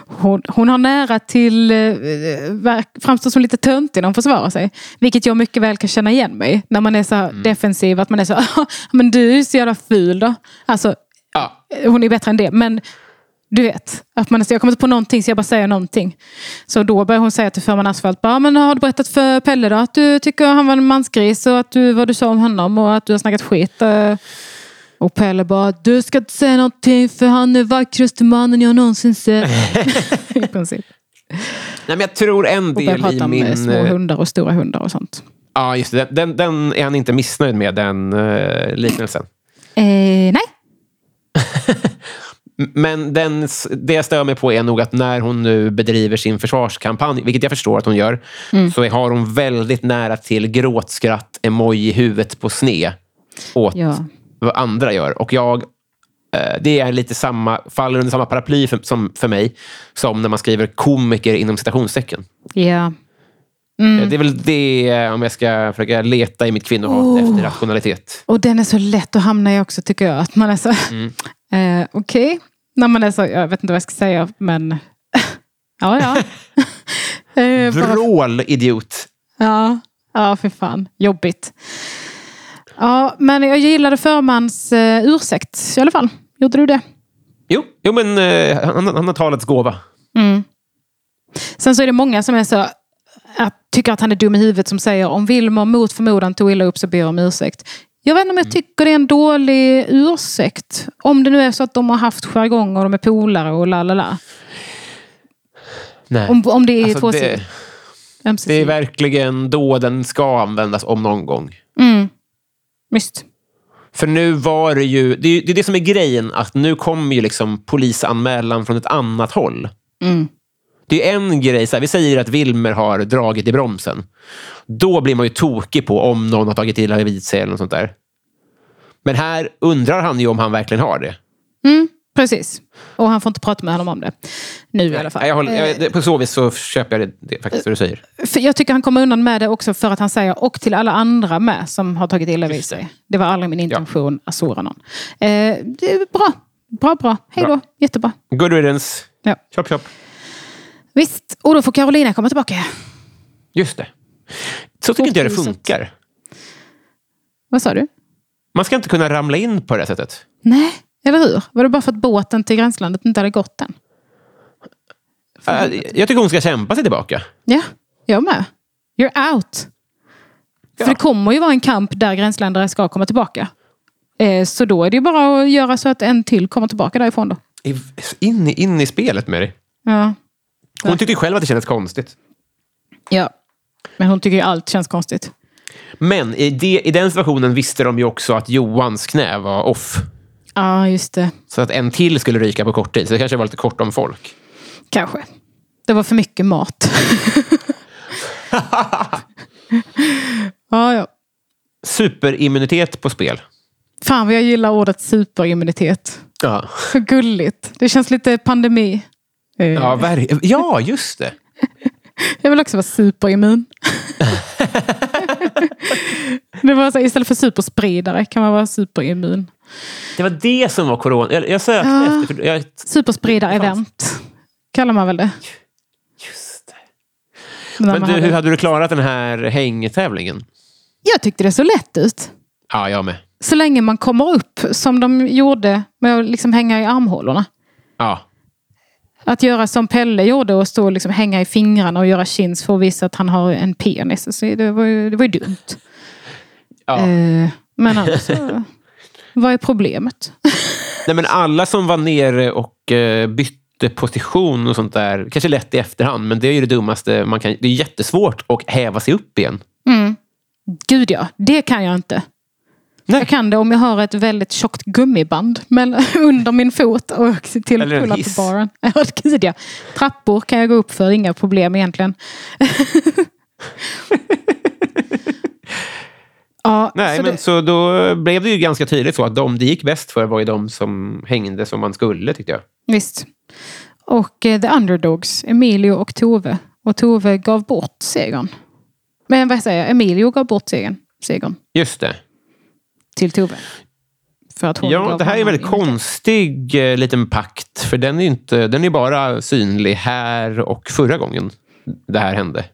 Speaker 2: hon, hon har nära till... Eh, verk, framstår som lite töntig när hon försvarar sig. Vilket jag mycket väl kan känna igen mig i. När man är så här defensiv. Att man är så "Ah, men du är ju så jävla ful då. Alltså,
Speaker 1: Ja,
Speaker 2: eh, hon är bättre än det. Men du vet, att man är så, jag kommer inte på någonting så jag bara säger någonting. Så då börjar hon säga till förman Asfalt, bara, men har du berättat för Pelle då att du tycker han var en mansgris och att du, vad du sa om honom och att du har snackat skit? eh?" Och Pelle bara, du ska inte säga någonting för han är vackraste mannen jag någonsin sett. I princip.
Speaker 1: Nej, men jag tror en
Speaker 2: Och börjar
Speaker 1: del
Speaker 2: prata
Speaker 1: i
Speaker 2: om eh,
Speaker 1: min...
Speaker 2: små
Speaker 1: eh,
Speaker 2: hundar och stora hundar och sånt.
Speaker 1: Ja, just det. Den, den är han inte missnöjd med, den eh, liknelsen.
Speaker 2: Eh, nej,
Speaker 1: M- Men den, s- det jag stör mig på är nog att när hon nu bedriver sin försvarskampanj, vilket jag förstår att hon gör,
Speaker 2: Mm.
Speaker 1: så har hon väldigt nära till gråtskratt, emoji, huvudet på sne åt
Speaker 2: Ja.
Speaker 1: vad andra gör. Och jag, eh, det är lite samma, faller under samma paraply för, som, för mig som när man skriver komiker inom citationstecken.
Speaker 2: ja. Mm.
Speaker 1: Eh, Det är väl det, eh, om jag ska försöka leta i mitt kvinnohat
Speaker 2: Oh.
Speaker 1: efter rationalitet.
Speaker 2: Och den är så lätt att hamna i också tycker jag. Att man är så... Eh, Okej. När man är så... Jag vet inte vad jag ska säga, men... ja, ja. eh, bara,
Speaker 1: Vrål, idiot!
Speaker 2: ja. Ja, för fan. Jobbigt. Ja, men jag gillade förmans eh, ursäkt i alla fall. Gjorde du det?
Speaker 1: Jo, jo men eh, han, han har talets gåva.
Speaker 2: Sen så är det många som är så att, tycker att han är dum i huvudet som säger om Wilmer mot förmodan tog illa upp så ber jag om ursäkt. Jag vet inte om
Speaker 1: Mm.
Speaker 2: jag tycker det är en dålig ursäkt. Om det nu är så att de har haft jargong och de är polare och la la la.
Speaker 1: Nej.
Speaker 2: Om, om det är
Speaker 1: Alltså,
Speaker 2: två
Speaker 1: det,
Speaker 2: sidor.
Speaker 1: det är
Speaker 2: ömsesidigt.
Speaker 1: verkligen då den ska användas om någon gång.
Speaker 2: Mm. Visst.
Speaker 1: För nu var det ju... Det är, ju- det är det som är grejen, att nu kommer ju liksom polisanmälan från ett annat håll.
Speaker 2: Mm.
Speaker 1: Det är en grej, så här, vi säger att Wilmer har dragit i bromsen. Då blir man ju tokig på om någon har tagit illa vid sig eller något sånt där. Men här undrar han ju om han verkligen har det.
Speaker 2: Mm. Precis. Och han får inte prata med honom om det. Nu i alla fall.
Speaker 1: Nej, Jag håller,
Speaker 2: Eh,
Speaker 1: jag, det- på så vis så köper jag det, det faktiskt, det du säger.
Speaker 2: För jag tycker han kommer undan med det också för att han säger, och till alla andra med som har tagit illa vid sig. Det var aldrig min intention att såra någon. Eh, det är bra. Bra, bra. Hej då.
Speaker 1: Bra.
Speaker 2: Jättebra.
Speaker 1: Good riddance.
Speaker 2: Ja.
Speaker 1: Chop, chop.
Speaker 2: Visst, och då får Carolina komma tillbaka.
Speaker 1: Just det. Så tycker inte jag det
Speaker 2: Korthuset.
Speaker 1: funkar.
Speaker 2: Vad sa du?
Speaker 1: Man ska inte kunna ramla in på det här sättet.
Speaker 2: Nej, eller hur? Var det bara för att båten till gränslandet inte hade gått än?
Speaker 1: Äh, jag tycker hon ska kämpa sig tillbaka.
Speaker 2: Ja, jag med. You're out.
Speaker 1: Ja.
Speaker 2: För det kommer ju vara en kamp där gränsländare ska komma tillbaka. Eh, så då är det ju bara att göra så att en till kommer tillbaka därifrån då.
Speaker 1: I- In, i- in i spelet med dig.
Speaker 2: Ja.
Speaker 1: Hon tyckte ju själv att det kändes konstigt.
Speaker 2: ja. Men hon tycker ju allt känns konstigt.
Speaker 1: Men i, det, i den situationen visste de ju också att Johans knä var off.
Speaker 2: Ja, just det.
Speaker 1: Så att en till skulle ryka på kort tid. Så det kanske var lite kort om folk.
Speaker 2: Kanske. Det var för mycket mat. ja, ja.
Speaker 1: Superimmunitet på spel.
Speaker 2: Fan vad jag gillar ordet superimmunitet.
Speaker 1: Ja,
Speaker 2: Så gulligt. Det känns lite pandemi. Eh,
Speaker 1: ja, ver- ja just det.
Speaker 2: Jag vill också vara superimmun. det var så, här, istället för superspridare kan man vara superimmun.
Speaker 1: Det var det som var corona. Jag, jag sökte
Speaker 2: Ja.
Speaker 1: efter... För jag,
Speaker 2: Superspridare-event kallar man väl det.
Speaker 1: just det.
Speaker 2: när
Speaker 1: Men
Speaker 2: man
Speaker 1: du,
Speaker 2: hade-
Speaker 1: hur hade du klarat den här hängtävlingen?
Speaker 2: Jag tyckte det såg lätt ut.
Speaker 1: Ja, jag med.
Speaker 2: Så länge man kommer upp som de gjorde med att liksom hänga i armhålorna.
Speaker 1: Ja.
Speaker 2: Att göra som Pelle gjorde och stå och liksom hänga i fingrarna och göra chins för att visa att han har en penis. Så det, var ju, det var ju dumt.
Speaker 1: ja.
Speaker 2: Eh, Men annars så, Vad är problemet?
Speaker 1: Nej, men alla som var nere och eh, bytte position och sånt där, kanske lätt i efterhand, men det är ju det dummaste man kan... Det är jättesvårt att häva sig upp igen.
Speaker 2: Mm. Gud ja, det kan jag inte.
Speaker 1: Nej.
Speaker 2: Jag kan det om jag har ett väldigt tjockt gummiband mellan, under min fot och till
Speaker 1: Eller en hiss.
Speaker 2: pull-up-baren. Ja, Gud ja. Trappor kan jag gå upp för, inga problem egentligen. ja,
Speaker 1: Nej,
Speaker 2: så
Speaker 1: men
Speaker 2: det,
Speaker 1: så då blev det ju ganska tydligt så att de det gick bäst för var ju de som hängde som man skulle, tyckte jag.
Speaker 2: visst. Och eh, The Underdogs, Emilio och Tove. Och Tove gav bort segern. Men vad säger jag? Emilio gav bort segern, segern
Speaker 1: Just det.
Speaker 2: till Tove. För att hon
Speaker 1: Ja,
Speaker 2: gav
Speaker 1: det här är en
Speaker 2: honom
Speaker 1: väldigt
Speaker 2: ingenting.
Speaker 1: konstig eh, liten pakt, för den är ju inte, den är bara synlig här och förra gången det här hände.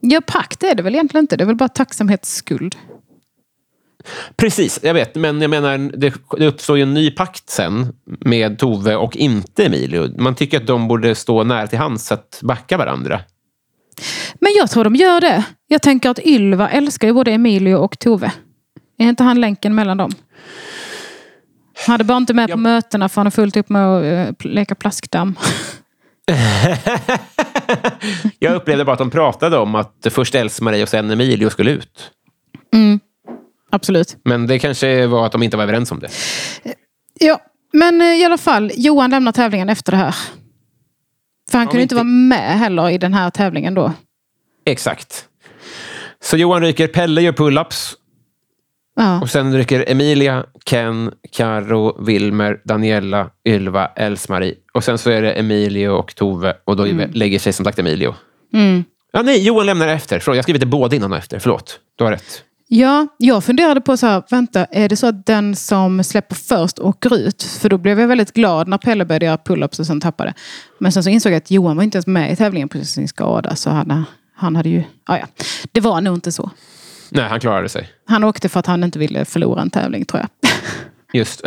Speaker 2: Ja, pakt är det väl egentligen inte. Det är väl bara tacksamhetsskuld.
Speaker 1: Precis, jag vet. Men jag menar, det, det uppstår ju en ny pakt sen med Tove och inte Emilio. Man tycker att de borde stå nära till hands att backa varandra.
Speaker 2: Men jag tror de gör det. Jag tänker att Ylva älskar ju både Emilio och Tove. Är inte han länken mellan dem? Han hade bara inte med på
Speaker 1: Ja.
Speaker 2: mötena för han har fullt upp med att eh, pl- leka plaskdamm.
Speaker 1: jag upplevde bara att de pratade om att först Else-Marie och sen Emilio skulle ut.
Speaker 2: Absolut.
Speaker 1: Men det kanske var att de inte var överens om det.
Speaker 2: Ja, men eh, i alla fall. Johan lämnar tävlingen efter det här. För han
Speaker 1: Om
Speaker 2: kunde
Speaker 1: inte-
Speaker 2: inte vara med heller i den här tävlingen då.
Speaker 1: Exakt. Så Johan ryker, Pelle gör pull-ups
Speaker 2: Ja.
Speaker 1: och sen ryker Emilia, Ken, Karo, Wilmer, Daniela, Ylva, Else-Marie. Och sen så är det Emilio och Tove och då lägger sig som sagt Emilio.
Speaker 2: Mm.
Speaker 1: Ja, nej, Johan lämnar efter. Förlåt, jag har skrivit det både innan och efter. Förlåt, du har rätt.
Speaker 2: Ja, jag funderade på så här, vänta, är det så att den som släpper först åker ut? För då blev jag väldigt glad när Pelle började göra pull-ups och sen tappade. Men sen så insåg jag att Johan var inte ens med i tävlingen på sin skada. Så han, han hade ju... Ah, ja. Det var nog inte så.
Speaker 1: Nej, han klarade sig.
Speaker 2: Han åkte för att han inte ville förlora en tävling tror jag.
Speaker 1: Just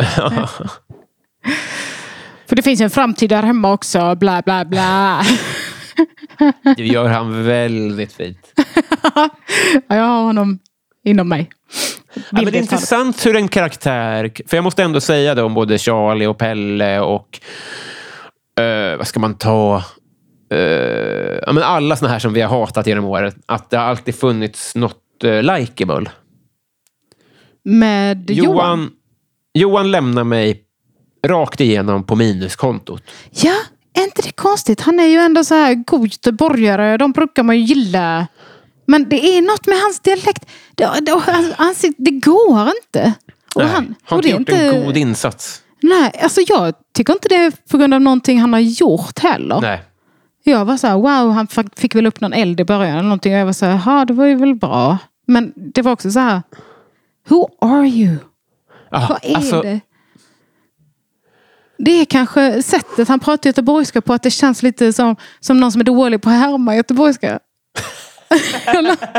Speaker 2: För det finns ju en framtid där hemma också, bla bla bla.
Speaker 1: Det gör han väldigt fint.
Speaker 2: Ja, jag har honom inom mig.
Speaker 1: Ja, men det är
Speaker 2: Bilden talar.
Speaker 1: intressant hur en karaktär... För jag måste ändå säga det om både Charlie och Pelle och... eh, vad ska man ta? Eh, ja, men alla såna här som vi har hatat genom året. Att det har alltid funnits något uh, likeable.
Speaker 2: Med Johan.
Speaker 1: Johan, Johan lämnar mig rakt igenom på minuskontot.
Speaker 2: Ja, är inte det konstigt? Han är ju ändå så här god göteborgare. De brukar man ju gilla. Men det är något med hans dialekt. Det, det, och hans ansikt, det går inte. Och
Speaker 1: Nej,
Speaker 2: han,
Speaker 1: har
Speaker 2: och det
Speaker 1: inte
Speaker 2: är
Speaker 1: gjort en god insats.
Speaker 2: Nej, alltså jag tycker inte det är på grund av någonting han har gjort heller.
Speaker 1: Nej.
Speaker 2: Jag var så här, wow, han fa- fick väl upp någon eld i början eller någonting. Och jag var så här, ja det var ju väl bra. Men det var också så här, who are you?
Speaker 1: Ja,
Speaker 2: Vad är
Speaker 1: alltså-
Speaker 2: det? Det är kanske sättet han pratar göteborgska på. Att det känns lite som, som någon som är dålig på att härma göteborgska.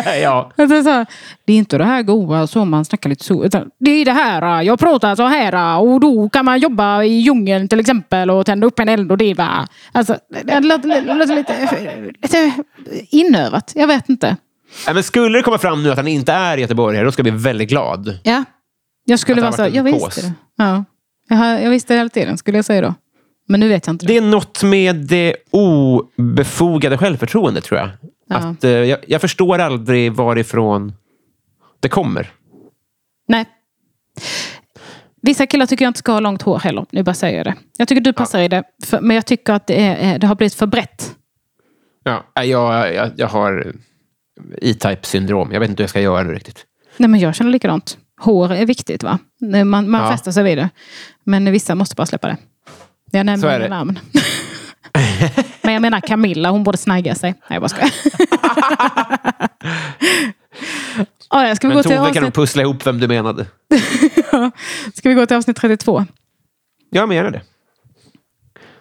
Speaker 1: eh, ja.
Speaker 2: Att det, är så här, det är inte det här goa som man snackar lite så. Utan det är det här. äh, Jag pratar så här äh, och då kan man jobba i djungeln till exempel och tända upp en eld och det va. Alltså, det låter, det låter lite, lite inövat. Jag vet inte.
Speaker 1: Nej, men skulle det komma fram nu att han inte är göteborgare, då ska jag bli väldigt glad.
Speaker 2: Ja. Jag skulle
Speaker 1: Att det har
Speaker 2: vara så.
Speaker 1: varit
Speaker 2: Jag
Speaker 1: en
Speaker 2: visste
Speaker 1: pås.
Speaker 2: det. Ja. Jag, har- jag visste det hela tiden skulle jag säga då. Men nu vet jag inte.
Speaker 1: Det är något med det obefogade självförtroendet, tror jag.
Speaker 2: Ja.
Speaker 1: Att, eh, jag, jag förstår aldrig varifrån det kommer.
Speaker 2: Nej. Vissa killar tycker jag inte ska ha långt hår heller. Nu bara säger jag det. Jag tycker du passar i det. För, men jag tycker att det, är, eh, det har blivit för brett.
Speaker 1: Ja, nej, Eh, jag, jag, jag har E-Type-syndrom. Jag vet inte hur jag ska göra nu riktigt.
Speaker 2: Nej men jag känner likadant. Hår är viktigt va? Nej, Man, man
Speaker 1: Ja.
Speaker 2: fäster sig vid det. Men vissa måste bara släppa det. Jag
Speaker 1: Så
Speaker 2: nämner
Speaker 1: är
Speaker 2: inga
Speaker 1: det.
Speaker 2: namn. men jag menar Camilla, hon borde snagga sig. Nej jag bara skojar. Ja, ja, ska, vi
Speaker 1: Men
Speaker 2: gå
Speaker 1: Tove
Speaker 2: till
Speaker 1: kan nog
Speaker 2: avsnitt,
Speaker 1: pussla ihop vem du menade.
Speaker 2: ska vi gå till avsnitt 32?
Speaker 1: Jag menar det.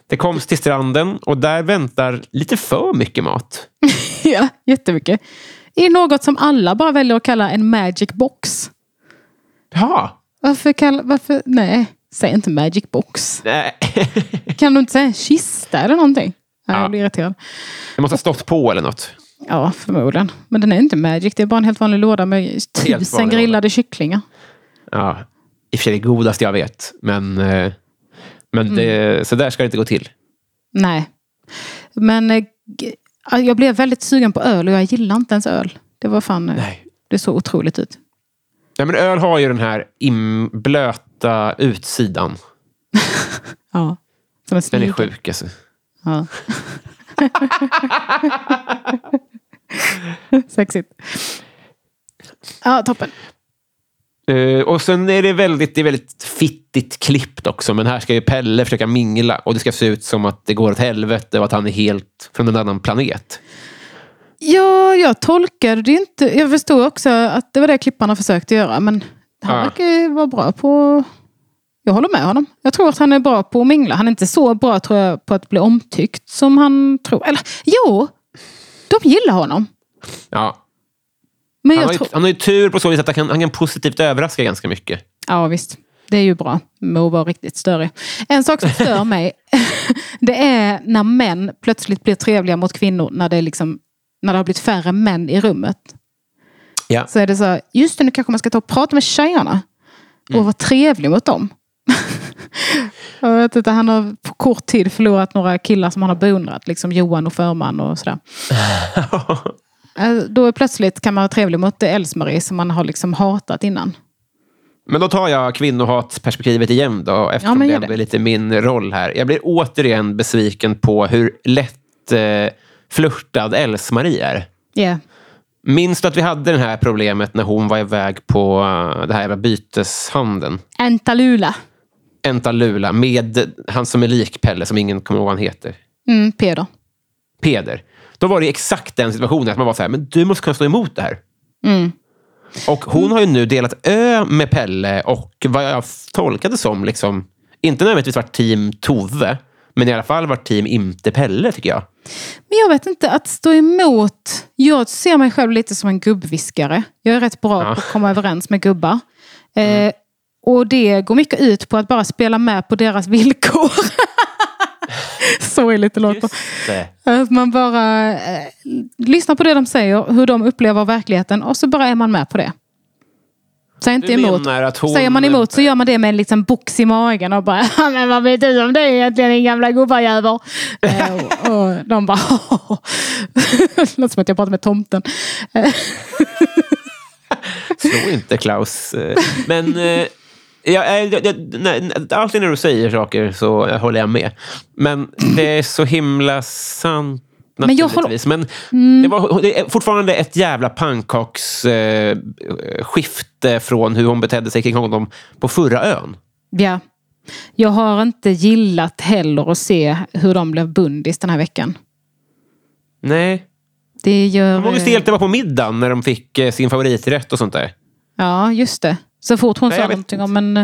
Speaker 1: Det koms till stranden och där väntar lite för mycket mat.
Speaker 2: ja, jättemycket. I något som alla bara väljer att kalla en magic box.
Speaker 1: Ja.
Speaker 2: Varför kallar... Varför? Nej, säg inte magic box.
Speaker 1: Nej.
Speaker 2: Kan du inte säga en kista eller någonting? Ja,
Speaker 1: Ja.
Speaker 2: jag blir irriterad.
Speaker 1: Det måste ha stått på eller något.
Speaker 2: Ja, förmodligen. Men den är inte magic. Det är bara en helt vanlig låda med tusen
Speaker 1: vanlig
Speaker 2: grillade kycklingar.
Speaker 1: Ja. I och för sig det godaste jag vet. Men, eh, men
Speaker 2: Mm.
Speaker 1: det, så där ska det inte gå till.
Speaker 2: Nej. Men eh, g- ja, jag blev väldigt sugen på öl och jag gillar inte ens öl. Det var fan... eh,
Speaker 1: Nej.
Speaker 2: Det såg otroligt ut.
Speaker 1: Nej, men öl har ju den här im- blöta utsidan.
Speaker 2: Ja. Som
Speaker 1: Den
Speaker 2: en
Speaker 1: är
Speaker 2: snigel.
Speaker 1: sjuk alltså.
Speaker 2: Ja. Sexigt. Ja, toppen.
Speaker 1: Eh, och sen är det väldigt, det är väldigt fittigt klippt också. Men här ska ju Pelle försöka mingla och det ska se ut som att det går åt helvete och att han är helt från en annan planet.
Speaker 2: Ja, jag tolkade det inte. Jag förstod också att det var det klipparna försökte göra. Men han
Speaker 1: Ja.
Speaker 2: verkar ju vara bra på... Jag håller med honom. Jag tror att han är bra på att mingla. Han är inte så bra tror jag, på att bli omtyckt som han tror. Eller jo, de gillar honom.
Speaker 1: Ja.
Speaker 2: Men
Speaker 1: Han,
Speaker 2: jag
Speaker 1: har ju,
Speaker 2: tror...
Speaker 1: han har ju tur på så vis att han kan, han kan positivt överraska ganska mycket.
Speaker 2: Ja visst, det är ju bra med att vara riktigt större. En sak som stör mig, det är när män plötsligt blir trevliga mot kvinnor när det, är liksom, när det har blivit färre män i rummet.
Speaker 1: Ja.
Speaker 2: Så är det så här, just det nu kanske man ska ta och prata med tjejerna och vara trevlig mot dem. Jag vet inte, han har på kort tid förlorat några killar som han har beundrat, liksom Johan och Förman och sådär. Eh, Då är plötsligt kan man vara trevlig mot Elsmarie som man har liksom hatat innan.
Speaker 1: Men då tar jag kvinnohatsperspektivet igen då,
Speaker 2: Ja,
Speaker 1: eftersom
Speaker 2: men
Speaker 1: det
Speaker 2: gör
Speaker 1: ändå
Speaker 2: det.
Speaker 1: är lite min roll här. Jag blir återigen besviken på hur lätt eh, flörtad Else-Marie är.
Speaker 2: Yeah.
Speaker 1: Minns du att vi hade det här problemet när hon var iväg på eh, det här jävla byteshandeln?
Speaker 2: Entalula.
Speaker 1: Entalula med han som är lik Pelle, som ingen kommer ihåg vad han heter.
Speaker 2: Mm, Peder.
Speaker 1: Peder. Då var det exakt den situationen, att man var så här, men du måste kunna stå emot det här.
Speaker 2: Mm.
Speaker 1: Och hon har ju nu delat ö med Pelle och vad jag tolkade som, liksom, inte nödvändigtvis varit team Tove, men i alla fall varit team inte Pelle, tycker jag.
Speaker 2: Men jag vet inte, att stå emot. Jag ser mig själv lite som en gubbviskare. Jag är rätt bra
Speaker 1: Ja. Mm.
Speaker 2: på att komma överens med gubbar. Eh, och det går mycket ut på att bara spela med på deras villkor. Så är lite låt på.
Speaker 1: det.
Speaker 2: Att man bara eh, lyssnar på det de säger, hur de upplever verkligheten och så bara är man med på det. Säg inte
Speaker 1: Du
Speaker 2: emot.
Speaker 1: menar att hon...
Speaker 2: Säger man emot så gör man det med en liten box i magen och bara "Ja, men vad vet du om det egentligen din gamla gubbajävel? Eh, och- och de bara "Haha." Det låter som att jag pratar med tomten. Eh,
Speaker 1: Slå inte Klaus. Eh, Men... eh, Jag, eh, jag, jag, nej, nej, alltid när du säger saker så håller jag med. Men det är så himla sant
Speaker 2: Men jag håller- Mm.
Speaker 1: naturligtvis. Men, det, var, det är fortfarande ett jävla pannkaksskifte eh, skifte från hur hon betedde sig kring honom på förra ön.
Speaker 2: Eh, ja. Jag har inte gillat heller att se hur de blev bundis den här veckan.
Speaker 1: Nej.
Speaker 2: Det
Speaker 1: Hur
Speaker 2: gör...
Speaker 1: många
Speaker 2: eh,
Speaker 1: stelte var på middagen när de fick eh, sin favoriträtt och sånt där?
Speaker 2: Ja, just det. Så fort hon
Speaker 1: Nej,
Speaker 2: sa
Speaker 1: jag vet
Speaker 2: någonting om en...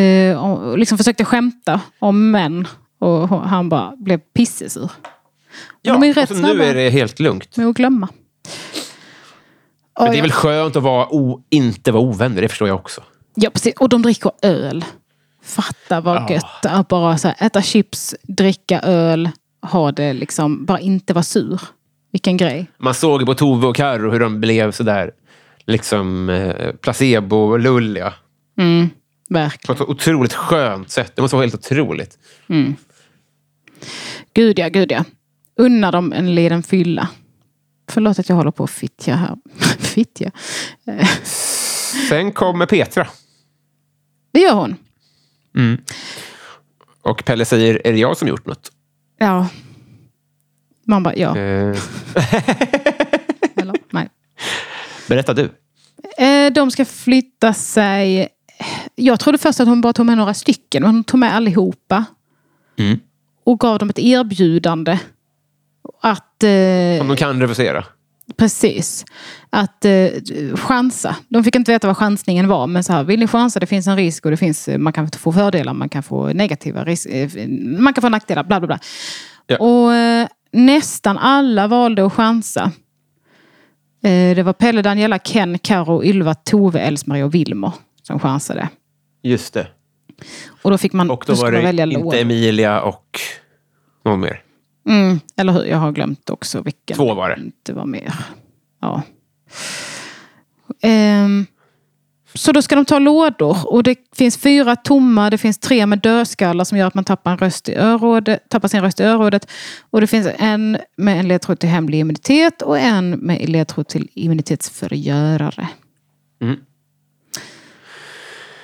Speaker 2: Eh, om- liksom försökte skämta om män. Och hon- han bara blev pissesur.
Speaker 1: Ja,
Speaker 2: de är ju
Speaker 1: och
Speaker 2: rätt
Speaker 1: så
Speaker 2: snabba.
Speaker 1: nu är det helt lugnt.
Speaker 2: Med att glömma.
Speaker 1: Men
Speaker 2: Ja,
Speaker 1: det är väl skönt att vara o, inte vara ovänner, det förstår jag också.
Speaker 2: Ja, precis. Och de dricker öl. Fatta vad
Speaker 1: Ja.
Speaker 2: gött att bara så här, äta chips, dricka öl, ha det liksom, bara inte vara sur. Vilken grej.
Speaker 1: Man såg ju på Tove och Karo hur de blev sådär liksom eh, placebo-lulliga.
Speaker 2: Mm, verkligen.
Speaker 1: På ett så otroligt skönt sätt. Det måste vara helt otroligt.
Speaker 2: mm. Gud ja, gud ja. Unna dem en liten fylla. Förlåt att jag håller på och fittja här. fittja? Eh,
Speaker 1: Sen kommer Petra.
Speaker 2: Det gör hon.
Speaker 1: Och Pelle säger, är det jag som gjort något?
Speaker 2: Ja. Man bara, ja.
Speaker 1: Eh,
Speaker 2: Eller? Nej.
Speaker 1: berätta du.
Speaker 2: Eh, De ska flytta sig. Jag trodde först att hon bara tog med några stycken, men hon tog med allihopa.
Speaker 1: Mm.
Speaker 2: Och gav dem ett erbjudande. Att... Eh,
Speaker 1: Om de kan reversera.
Speaker 2: Precis. Att eh, chansa. De fick inte veta vad chansningen var. Men så här, vill ni chansa, det finns en risk och det finns, eh, man kan få fördelar, man kan få negativa ris- eh, man kan få nackdelar, bla bla bla.
Speaker 1: Ja.
Speaker 2: Och eh, nästan alla valde att chansa. Eh, det var Pelle, Daniela, Ken, Karo, Ylva, Tove, Elsmarie och Wilmer som chansade.
Speaker 1: Just det.
Speaker 2: Och då fick man,
Speaker 1: Och då var
Speaker 2: skulle man
Speaker 1: det
Speaker 2: välja lån.
Speaker 1: inte Emilia och någon mer.
Speaker 2: Mm, eller hur? Jag har glömt också vilken.
Speaker 1: Två var det.
Speaker 2: inte vara mer. Ja. Ehm, så då ska de ta lådor och det finns fyra tomma, det finns tre med dödskallar som gör att man tappar, en röst i örådet, tappar sin röst i örådet. Och det finns en med en ledtråd till hemlig immunitet och en med ledtråd till immunitetsförgörare.
Speaker 1: Mm.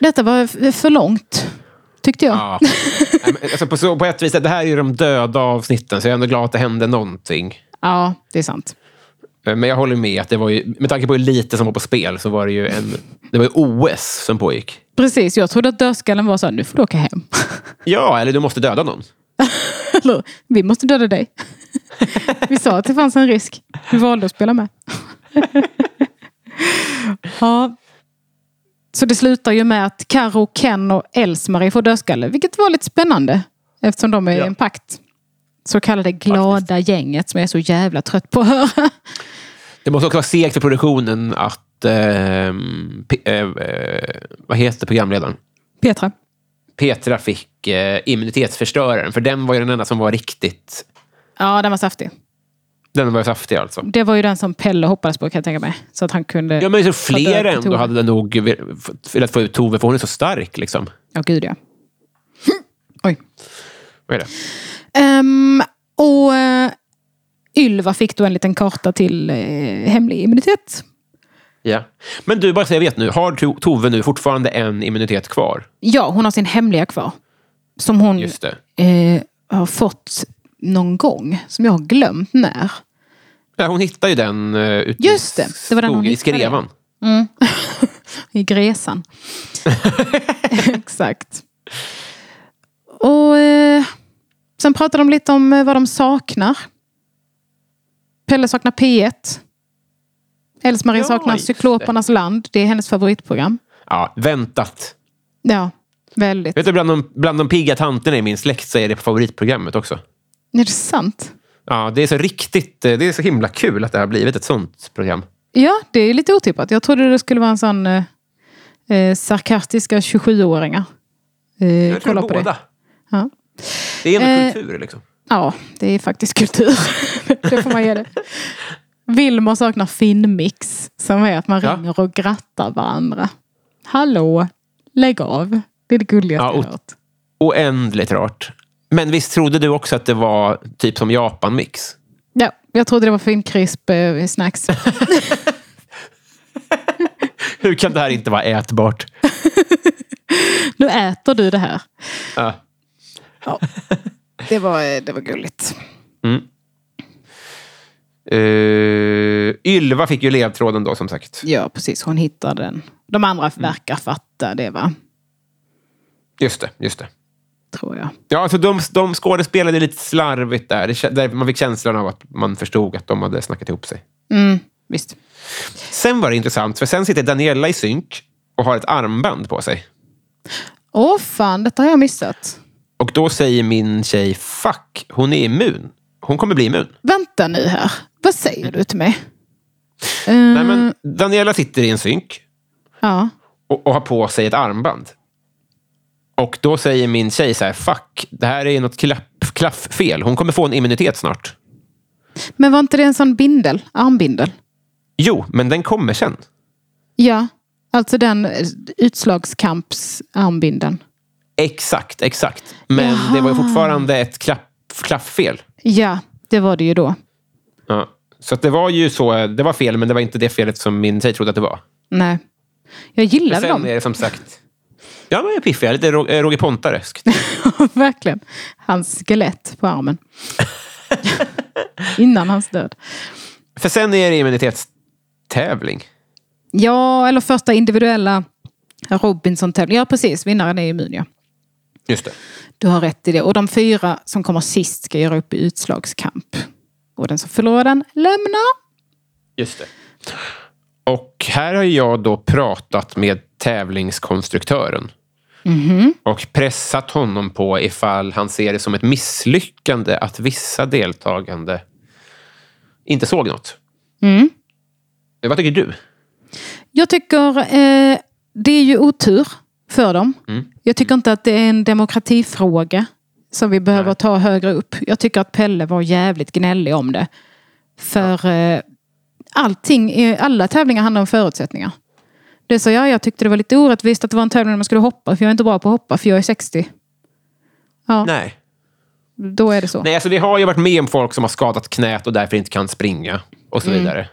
Speaker 2: Detta var f- för långt, tyckte jag.
Speaker 1: Ja. Nej, men alltså på, så, på ett vis, det här är ju de döda avsnitten, så jag är ändå glad att det hände någonting.
Speaker 2: ja det är sant.
Speaker 1: Eh, Men jag håller med, att det var ju, med tanke på hur lite som var på spel så var det ju en... Det var ju OS som pågick.
Speaker 2: Precis, jag trodde att dödskallen var så här, nu får du åka hem.
Speaker 1: Ja, eller du måste döda någon.
Speaker 2: Eller, vi måste döda dig. Vi sa att det fanns en risk. Du valde att spela med. Ja. Så det slutar ju med att Karo, Ken och Elsmarie får dödskalle. Vilket var lite spännande. Eftersom de är i
Speaker 1: Ja.
Speaker 2: en pakt. Så kallade glada gänget som jag är så jävla trött på att höra.
Speaker 1: Det måste också vara segt för produktionen att... ehm, P- eh, eh, vad heter programledaren?
Speaker 2: Petra.
Speaker 1: Petra fick eh, immunitetsförstöraren, för den var ju den enda som var riktigt...
Speaker 2: Ja, den var saftig.
Speaker 1: Den var ju saftig alltså.
Speaker 2: Det var ju den som Pelle hoppades på kan jag tänka mig. Så att han kunde...
Speaker 1: Ja, men så fler
Speaker 2: dödat
Speaker 1: ändå
Speaker 2: Tove.
Speaker 1: hade nog vil- f- velat få ut Tove, för hon är så stark. Liksom.
Speaker 2: Ja, gud ja. Oj.
Speaker 1: Vad är det?
Speaker 2: Ehm, och eh, Ylva fick då en liten karta till eh, hemlig immunitet.
Speaker 1: Ja. Men du, bara så jag vet nu, har To- Tove nu fortfarande en immunitet kvar?
Speaker 2: Ja, hon har sin hemliga kvar. Som hon
Speaker 1: Just det.
Speaker 2: eh, har fått någon gång. Som jag har glömt när.
Speaker 1: Ja, hon hittade ju den uh, ute i
Speaker 2: Just det, det var den hon
Speaker 1: skogen, i
Speaker 2: hittade.
Speaker 1: skrevan.
Speaker 2: Mm. I Gresan. Exakt. Och eh, sen pratar de lite om eh, vad de saknar. Pelle saknar P1. Elsmarie
Speaker 1: Ja,
Speaker 2: saknar
Speaker 1: just det.
Speaker 2: Cyklopernas land. Det är hennes favoritprogram.
Speaker 1: Ja, väntat.
Speaker 2: Ja, väldigt.
Speaker 1: Vet du, bland de, bland de pigga tanterna i min släkt så är det på favoritprogrammet också.
Speaker 2: Är det sant?
Speaker 1: Ja, det är så riktigt, eh, det är så himla kul att det har blivit ett sånt program.
Speaker 2: Ja, det är lite otippat. Jag trodde det skulle vara en sån eh, eh, sarkastiska 27-åringar. Eh,
Speaker 1: Jag tror
Speaker 2: kolla på det.
Speaker 1: båda.
Speaker 2: Ja.
Speaker 1: Det är ändå
Speaker 2: Eh,
Speaker 1: kultur liksom.
Speaker 2: ja, det är faktiskt kultur. det får man ge det. Wilmer saknar finmix, som är att man
Speaker 1: Ja.
Speaker 2: ringer och grattar varandra. Hallå, lägg av. Det är det gulligaste
Speaker 1: Ja,
Speaker 2: jag
Speaker 1: och-
Speaker 2: har hört.
Speaker 1: Oändligt rart. Men visst trodde du också att det var typ som Japan-mix?
Speaker 2: Ja, jag trodde det var finkrisp eh, snacks.
Speaker 1: Hur kan det här inte vara ätbart?
Speaker 2: nu äter du det här.
Speaker 1: Ja.
Speaker 2: Ja. Det var, eh, det var gulligt.
Speaker 1: Eh, Ylva fick ju ledtråden då, som sagt.
Speaker 2: Ja, precis. Hon hittar den. De andra verkar fatta det, va?
Speaker 1: Just det, just det.
Speaker 2: Tror jag.
Speaker 1: Ja, alltså de, de skådespelade lite slarvigt där. Det, kä- där. Man fick känslan av att man förstod att de hade snackat ihop sig.
Speaker 2: Mm, visst.
Speaker 1: Sen var det intressant, för sen sitter Daniela i synk och har ett armband på sig.
Speaker 2: Åh fan, detta har jag missat.
Speaker 1: Och då säger min tjej, fuck, hon är immun. Hon kommer bli immun.
Speaker 2: Vänta nu här. Vad säger du till mig? Eh,
Speaker 1: Nej, men Daniela sitter i en synk
Speaker 2: Ja.
Speaker 1: och, och har på sig ett armband. Och då säger min tjej så här, fuck, det här är något klapp, klafffel. Hon kommer få en immunitet snart.
Speaker 2: Men var inte det en sån bindel? Armbindel?
Speaker 1: Jo, men den kommer sen.
Speaker 2: Ja. Alltså den eh, utslagskampsarmbindeln.
Speaker 1: Exakt, exakt. Men
Speaker 2: Jaha.
Speaker 1: det var ju fortfarande ett klapp, klafffel.
Speaker 2: Ja, det var det ju då.
Speaker 1: Ja. Så att det var ju så, det var fel, men det var inte det felet som min tjej trodde att det var.
Speaker 2: Nej. Jag
Speaker 1: Men
Speaker 2: gillade
Speaker 1: sen
Speaker 2: dem.
Speaker 1: är det som sagt... Ja, men jag är piffiga. Lite Ro- eh, Roger Pontareskt.
Speaker 2: Verkligen. Hans skelett på armen. Innan hans död.
Speaker 1: För sen är det immunitetstävling.
Speaker 2: Ja, eller första individuella Robinson-tävling. Ja, precis. Vinnaren är immun, ja.
Speaker 1: Just det.
Speaker 2: Du har rätt i det. Och de fyra som kommer sist ska göra upp i utslagskamp. Och den som förlorar den lämnar.
Speaker 1: Just det. Och här har jag då pratat med tävlingskonstruktören. Och pressat honom på ifall han ser det som ett misslyckande att vissa deltagande inte såg något.
Speaker 2: Mm.
Speaker 1: Vad tycker du?
Speaker 2: Jag tycker eh, det är ju otur för dem.
Speaker 1: Mm.
Speaker 2: Jag tycker inte att det är en demokratifråga som vi behöver ta högre upp. Jag tycker att Pelle var jävligt gnällig om det. För eh, allting, är- alla tävlingar handlar om förutsättningar. Det sa jag, jag tyckte det var lite orättvist att det var en tävling där man skulle hoppa. För jag är inte bra på att hoppa, för jag är 60. Ja,
Speaker 1: Nej.
Speaker 2: då är det så.
Speaker 1: Nej, alltså det har ju varit med om folk som har skadat knät och därför inte kan springa och så vidare.
Speaker 2: Mm.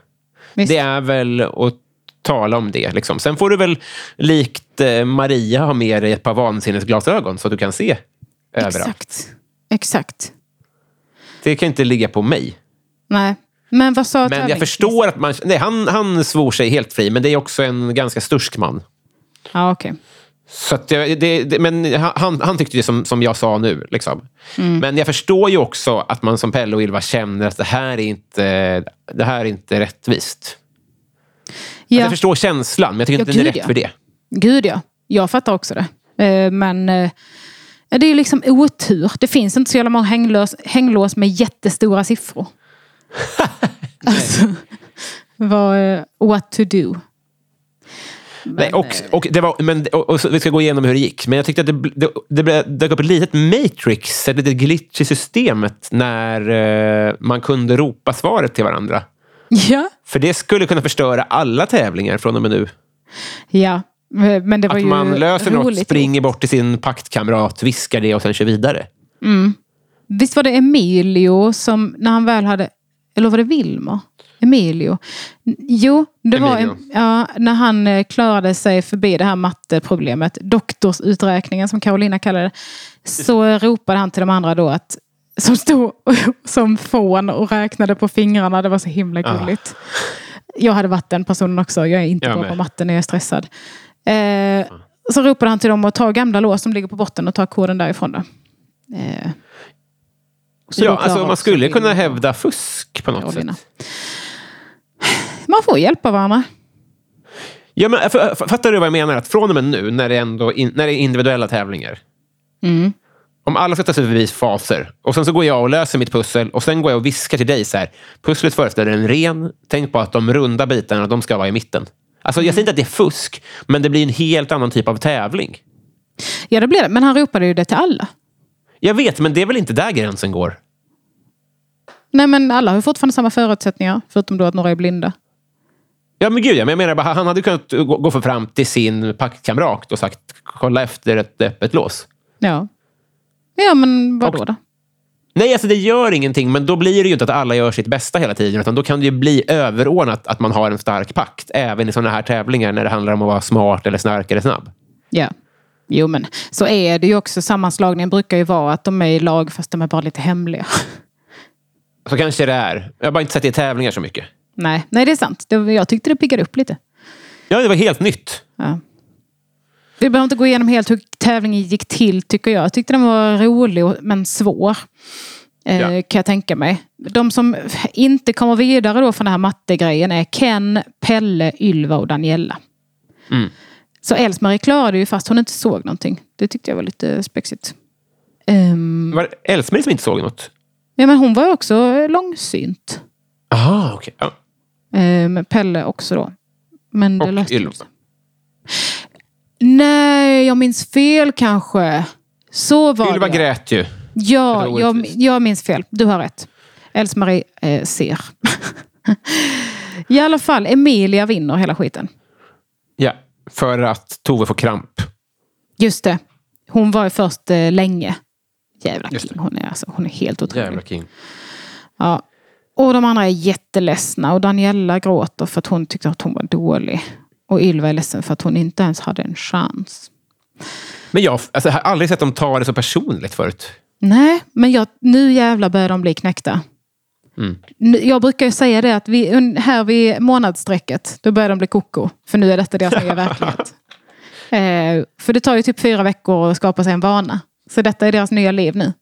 Speaker 2: Visst.
Speaker 1: Det är väl att tala om det. Liksom. Sen får du väl likt eh, Maria ha med dig ett par vansinnesglasögon så att du kan se överallt.
Speaker 2: Exakt. Exakt.
Speaker 1: Det kan inte ligga på mig.
Speaker 2: Nej. Men vad sa
Speaker 1: Men jag
Speaker 2: tävlings-
Speaker 1: förstår att man... Nej, han, han svor sig helt fri, men det är också en ganska stursk man.
Speaker 2: Ja, okej.
Speaker 1: Så att jag- det, det, men han, han tyckte det som, som jag sa nu. Liksom.
Speaker 2: Mm.
Speaker 1: Men jag förstår ju också att man som Pelle och Ylva känner att det här är inte, det här är inte rättvist. Jag
Speaker 2: Ja.
Speaker 1: förstår känslan, men jag tycker
Speaker 2: Ja,
Speaker 1: inte den är
Speaker 2: gud,
Speaker 1: rätt
Speaker 2: ja.
Speaker 1: för det.
Speaker 2: Gud ja, jag fattar också det. Eh, Men eh, det är liksom otur. Det finns inte så jävla många hänglås, hänglås med jättestora siffror. alltså, vad, eh, what to do.
Speaker 1: Nej, och,
Speaker 2: eh,
Speaker 1: och det var, men, och, och, så, vi ska gå igenom hur det gick, men jag tyckte att det, bl- det, det blev- dök upp ett litet matrix, ett litet glitch i systemet när eh, man kunde ropa svaret till varandra.
Speaker 2: Ja,
Speaker 1: För det skulle kunna förstöra alla tävlingar från och med nu.
Speaker 2: ja. Eh, men det var
Speaker 1: Att
Speaker 2: ju
Speaker 1: man löser något,
Speaker 2: roligt.
Speaker 1: springer bort till sin paktkamrat, viskar det och sen kör vidare.
Speaker 2: Visst var det Emilio som, när han väl hade, eller var det Wilmer? Emilio. N- Jo, det var
Speaker 1: Emilio.
Speaker 2: em- ja, när han eh, klarade sig förbi det här matteproblemet, doktorsuträkningen som Carolina kallade det, så eh, ropade han till de andra då att som stod som fån och räknade på fingrarna. Det var så himla
Speaker 1: Ah.
Speaker 2: gulligt. Jag hade varit den personen också. Jag är inte
Speaker 1: Jag
Speaker 2: bra
Speaker 1: med. Ah.
Speaker 2: på matte när jag är stressad. Eh, så ropade han till dem att ta gamla lås som ligger på botten och ta koden därifrån. Då. Eh, så då
Speaker 1: ja,
Speaker 2: klarar
Speaker 1: alltså, man
Speaker 2: också
Speaker 1: skulle
Speaker 2: Wilmer
Speaker 1: kunna hävda fusk på något
Speaker 2: Carolina.
Speaker 1: sätt.
Speaker 2: Man får hjälpa varandra.
Speaker 1: Ja, men, f- f- fattar du vad jag menar? Att från och med nu, när det, ändå in, när det är individuella tävlingar,
Speaker 2: Mm.
Speaker 1: Om alla ska ta sig förbi faser och sen så går jag och löser mitt pussel och sen går jag och viskar till dig så här. Pusslet föreställer en ren. Tänk på att de runda bitarna, de ska vara i mitten. Alltså, jag säger inte att det är fusk, men det blir en helt annan typ av tävling.
Speaker 2: Ja, det blir det. Men han ropade ju det till alla.
Speaker 1: Jag vet, men det är väl inte där gränsen går?
Speaker 2: Nej, men alla har ju fortfarande samma förutsättningar. Förutom då att några är blinda.
Speaker 1: Ja, men gud, ja, men jag menar bara, han hade kunnat gå gå för fram till sin paktkamrat och sagt kolla efter ett öppet lås.
Speaker 2: Ja. Ja, men vadå då?
Speaker 1: Nej, alltså det gör ingenting, men då blir det ju inte att alla gör sitt bästa hela tiden, utan då kan det ju bli överordnat att man har en stark pakt, även i sådana här tävlingar när det handlar om att vara smart eller snark eller snabb.
Speaker 2: Ja. Jo, men så är det ju också. Sammanslagningen brukar ju vara att de är i lag fast de är bara lite hemliga.
Speaker 1: Så kanske det är. Jag har bara inte sett det i tävlingar så mycket.
Speaker 2: Nej, nej det är sant. Det, jag tyckte det piggade upp lite.
Speaker 1: Ja, det var helt nytt.
Speaker 2: Ja. Vi behöver inte gå igenom helt hur tävlingen gick till, tycker jag. Jag tyckte den var rolig, och- men svår. Eh,
Speaker 1: Ja.
Speaker 2: Kan jag tänka mig. De som inte kommer vidare då från den här mattegrejen är Ken, Pelle, Ylva och Daniela.
Speaker 1: Mm.
Speaker 2: Så Elsmarie klarade ju fast hon inte såg någonting. Det tyckte jag var lite spexigt. Ehm,
Speaker 1: Var det Elsmarie som inte såg något?
Speaker 2: ja, men hon var ju också eh, långsynt.
Speaker 1: Aha, okej. Ja.
Speaker 2: Ehm, Pelle också då. Men det
Speaker 1: Och
Speaker 2: löste
Speaker 1: Ylva.
Speaker 2: sig. Nej, jag minns fel kanske. Så var
Speaker 1: Ylva
Speaker 2: det.
Speaker 1: grät ju. Det
Speaker 2: Ja,
Speaker 1: var
Speaker 2: jag,
Speaker 1: orättvist.
Speaker 2: jag minns fel. Du har rätt. Else-Marie eh, ser. I alla fall, Emilia vinner hela skiten.
Speaker 1: Ja, för att Tove får kramp.
Speaker 2: Just det. Hon var ju först eh, länge. Jävla
Speaker 1: Just
Speaker 2: king hon är. Alltså, hon är helt otrolig.
Speaker 1: Jävla king.
Speaker 2: Ja. Och de andra är jätteledsna. Och Daniela gråter för att hon tyckte att hon var dålig. Och Ylva är ledsen för att hon inte ens hade en chans.
Speaker 1: Men jag, alltså, jag har aldrig sett dem ta det så personligt förut.
Speaker 2: Nej, men jag, nu jävlar börjar de bli knäckta.
Speaker 1: Mm.
Speaker 2: Nu- Jag brukar ju säga det att vi, un- här vid månadsstrecket, då börjar de bli koko. För nu är detta deras nya verklighet. Eh, för det tar ju typ fyra veckor att skapa sig en vana. Så detta är deras nya liv nu.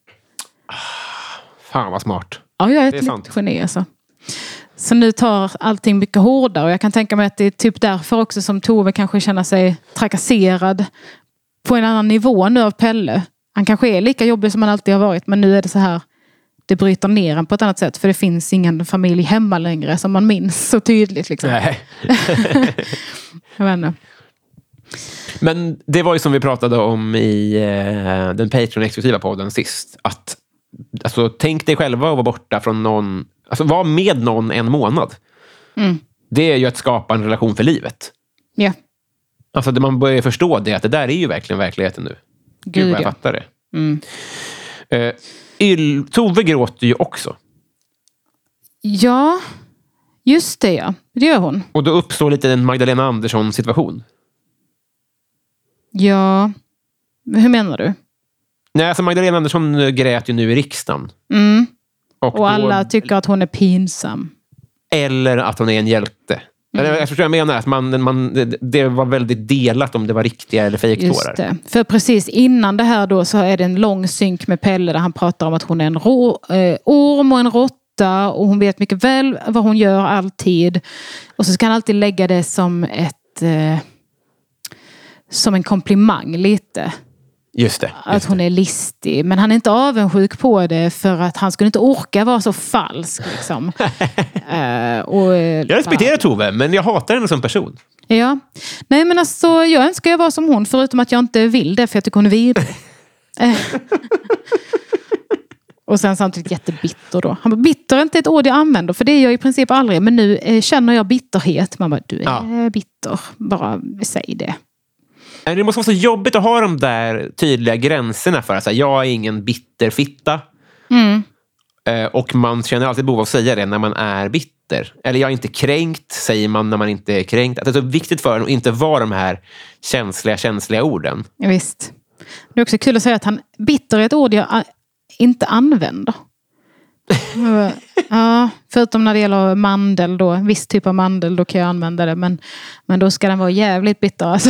Speaker 1: Fan vad smart.
Speaker 2: Ja, jag är ett
Speaker 1: är
Speaker 2: litet
Speaker 1: sant.
Speaker 2: geni alltså. Så nu tar allting mycket hårdare. Och jag kan tänka mig att det är typ därför också som Tove kanske känner sig trakasserad på en annan nivå nu av Pelle. Han kanske är lika jobbig som han alltid har varit men nu är det så här det bryter ner en på ett annat sätt för det finns ingen familj hemma längre som man minns så tydligt. Liksom.
Speaker 1: Nej.
Speaker 2: Jag vet inte.
Speaker 1: Men det var ju som vi pratade om i eh, den Patreon-exklusiva podden sist. Att, alltså, tänk dig själva att vara borta från någon... Alltså, vara med någon en månad.
Speaker 2: Mm.
Speaker 1: Det är ju att skapa en relation för livet.
Speaker 2: Ja,
Speaker 1: Alltså, det man börjar förstå det, att det där är ju verkligen verkligheten nu. Gud,
Speaker 2: gud
Speaker 1: vad jag
Speaker 2: ja.
Speaker 1: fattar det.
Speaker 2: Mm.
Speaker 1: Eh, Yl- Tove gråter ju också.
Speaker 2: Ja, just det ja. Det gör hon.
Speaker 1: Och då uppstår lite en Magdalena Andersson-situation.
Speaker 2: Ja, hur menar du?
Speaker 1: Nej, alltså Magdalena Andersson eh, grät ju nu i riksdagen.
Speaker 2: Mm.
Speaker 1: Och, då-
Speaker 2: Och alla tycker att hon är pinsam.
Speaker 1: Eller att hon är en hjälte.
Speaker 2: Mm.
Speaker 1: Eller, Jag förstår vad jag menar. Att man, man, det, det var väldigt delat om det var riktiga eller
Speaker 2: Just
Speaker 1: fejktårar.
Speaker 2: det. För precis innan det här då så är det en lång synk med Pelle där han pratar om att hon är en rå, eh, orm och en råtta och hon vet mycket väl vad hon gör alltid. Och så ska han alltid lägga det som ett eh, som en komplimang lite.
Speaker 1: Just det.
Speaker 2: Att hon är listig. Men han är inte avundsjuk på det för att han skulle inte orka vara så falsk. Liksom. Eh, och, eh,
Speaker 1: Jag respekterar Tove, men jag hatar henne som person.
Speaker 2: Ja. Nej men alltså jag önskar jag var som hon förutom att jag inte vill det för jag tycker hon är vidrig. Eh. Och sen samtidigt jättebitter då. Han bara, bitter är inte ett ord jag använder för det är jag i princip aldrig. Men nu eh, känner jag bitterhet. Man bara, du är
Speaker 1: Ja.
Speaker 2: bitter. Bara säg det.
Speaker 1: Men Det måste vara så jobbigt att ha de där tydliga gränserna för att säga, jag är ingen bitter fitta.
Speaker 2: Mm.
Speaker 1: Eh, Och man känner alltid behov av att säga det när man är bitter. Eller jag är inte kränkt, säger man när man inte är kränkt. Att det är så viktigt för en att inte vara de här känsliga, känsliga orden.
Speaker 2: Ja, Visst. Det är också kul att säga att han, bitter är ett ord jag a- inte använder. ja, förutom när det gäller mandel då. En viss typ av mandel, då kan jag använda det. Men, men då ska den vara jävligt bitter alltså.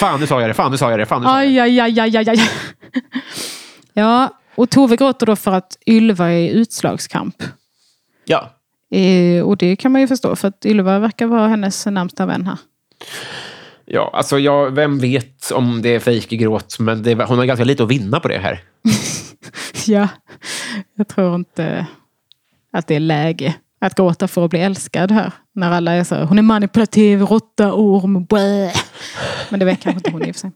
Speaker 1: Fan, nu sa jag det. Fan, nu sa jag det. Fan, nu sa jag det.
Speaker 2: Aj, aj, aj, aj, aj, aj. Ja, och Tove gråter då för att Ylva är i utslagskamp.
Speaker 1: Ja.
Speaker 2: Eh, och det kan man ju förstå för att Ylva verkar vara hennes närmsta vän här.
Speaker 1: Ja, alltså jag, vem vet om det är fejkgråt, men det, hon har ganska lite att vinna på det här.
Speaker 2: Ja, jag tror inte att det är läge att gråta för att bli älskad här. När alla är så här, hon är manipulativ, råtta, orm, blä. Men det var kanske inte hon i och för sig.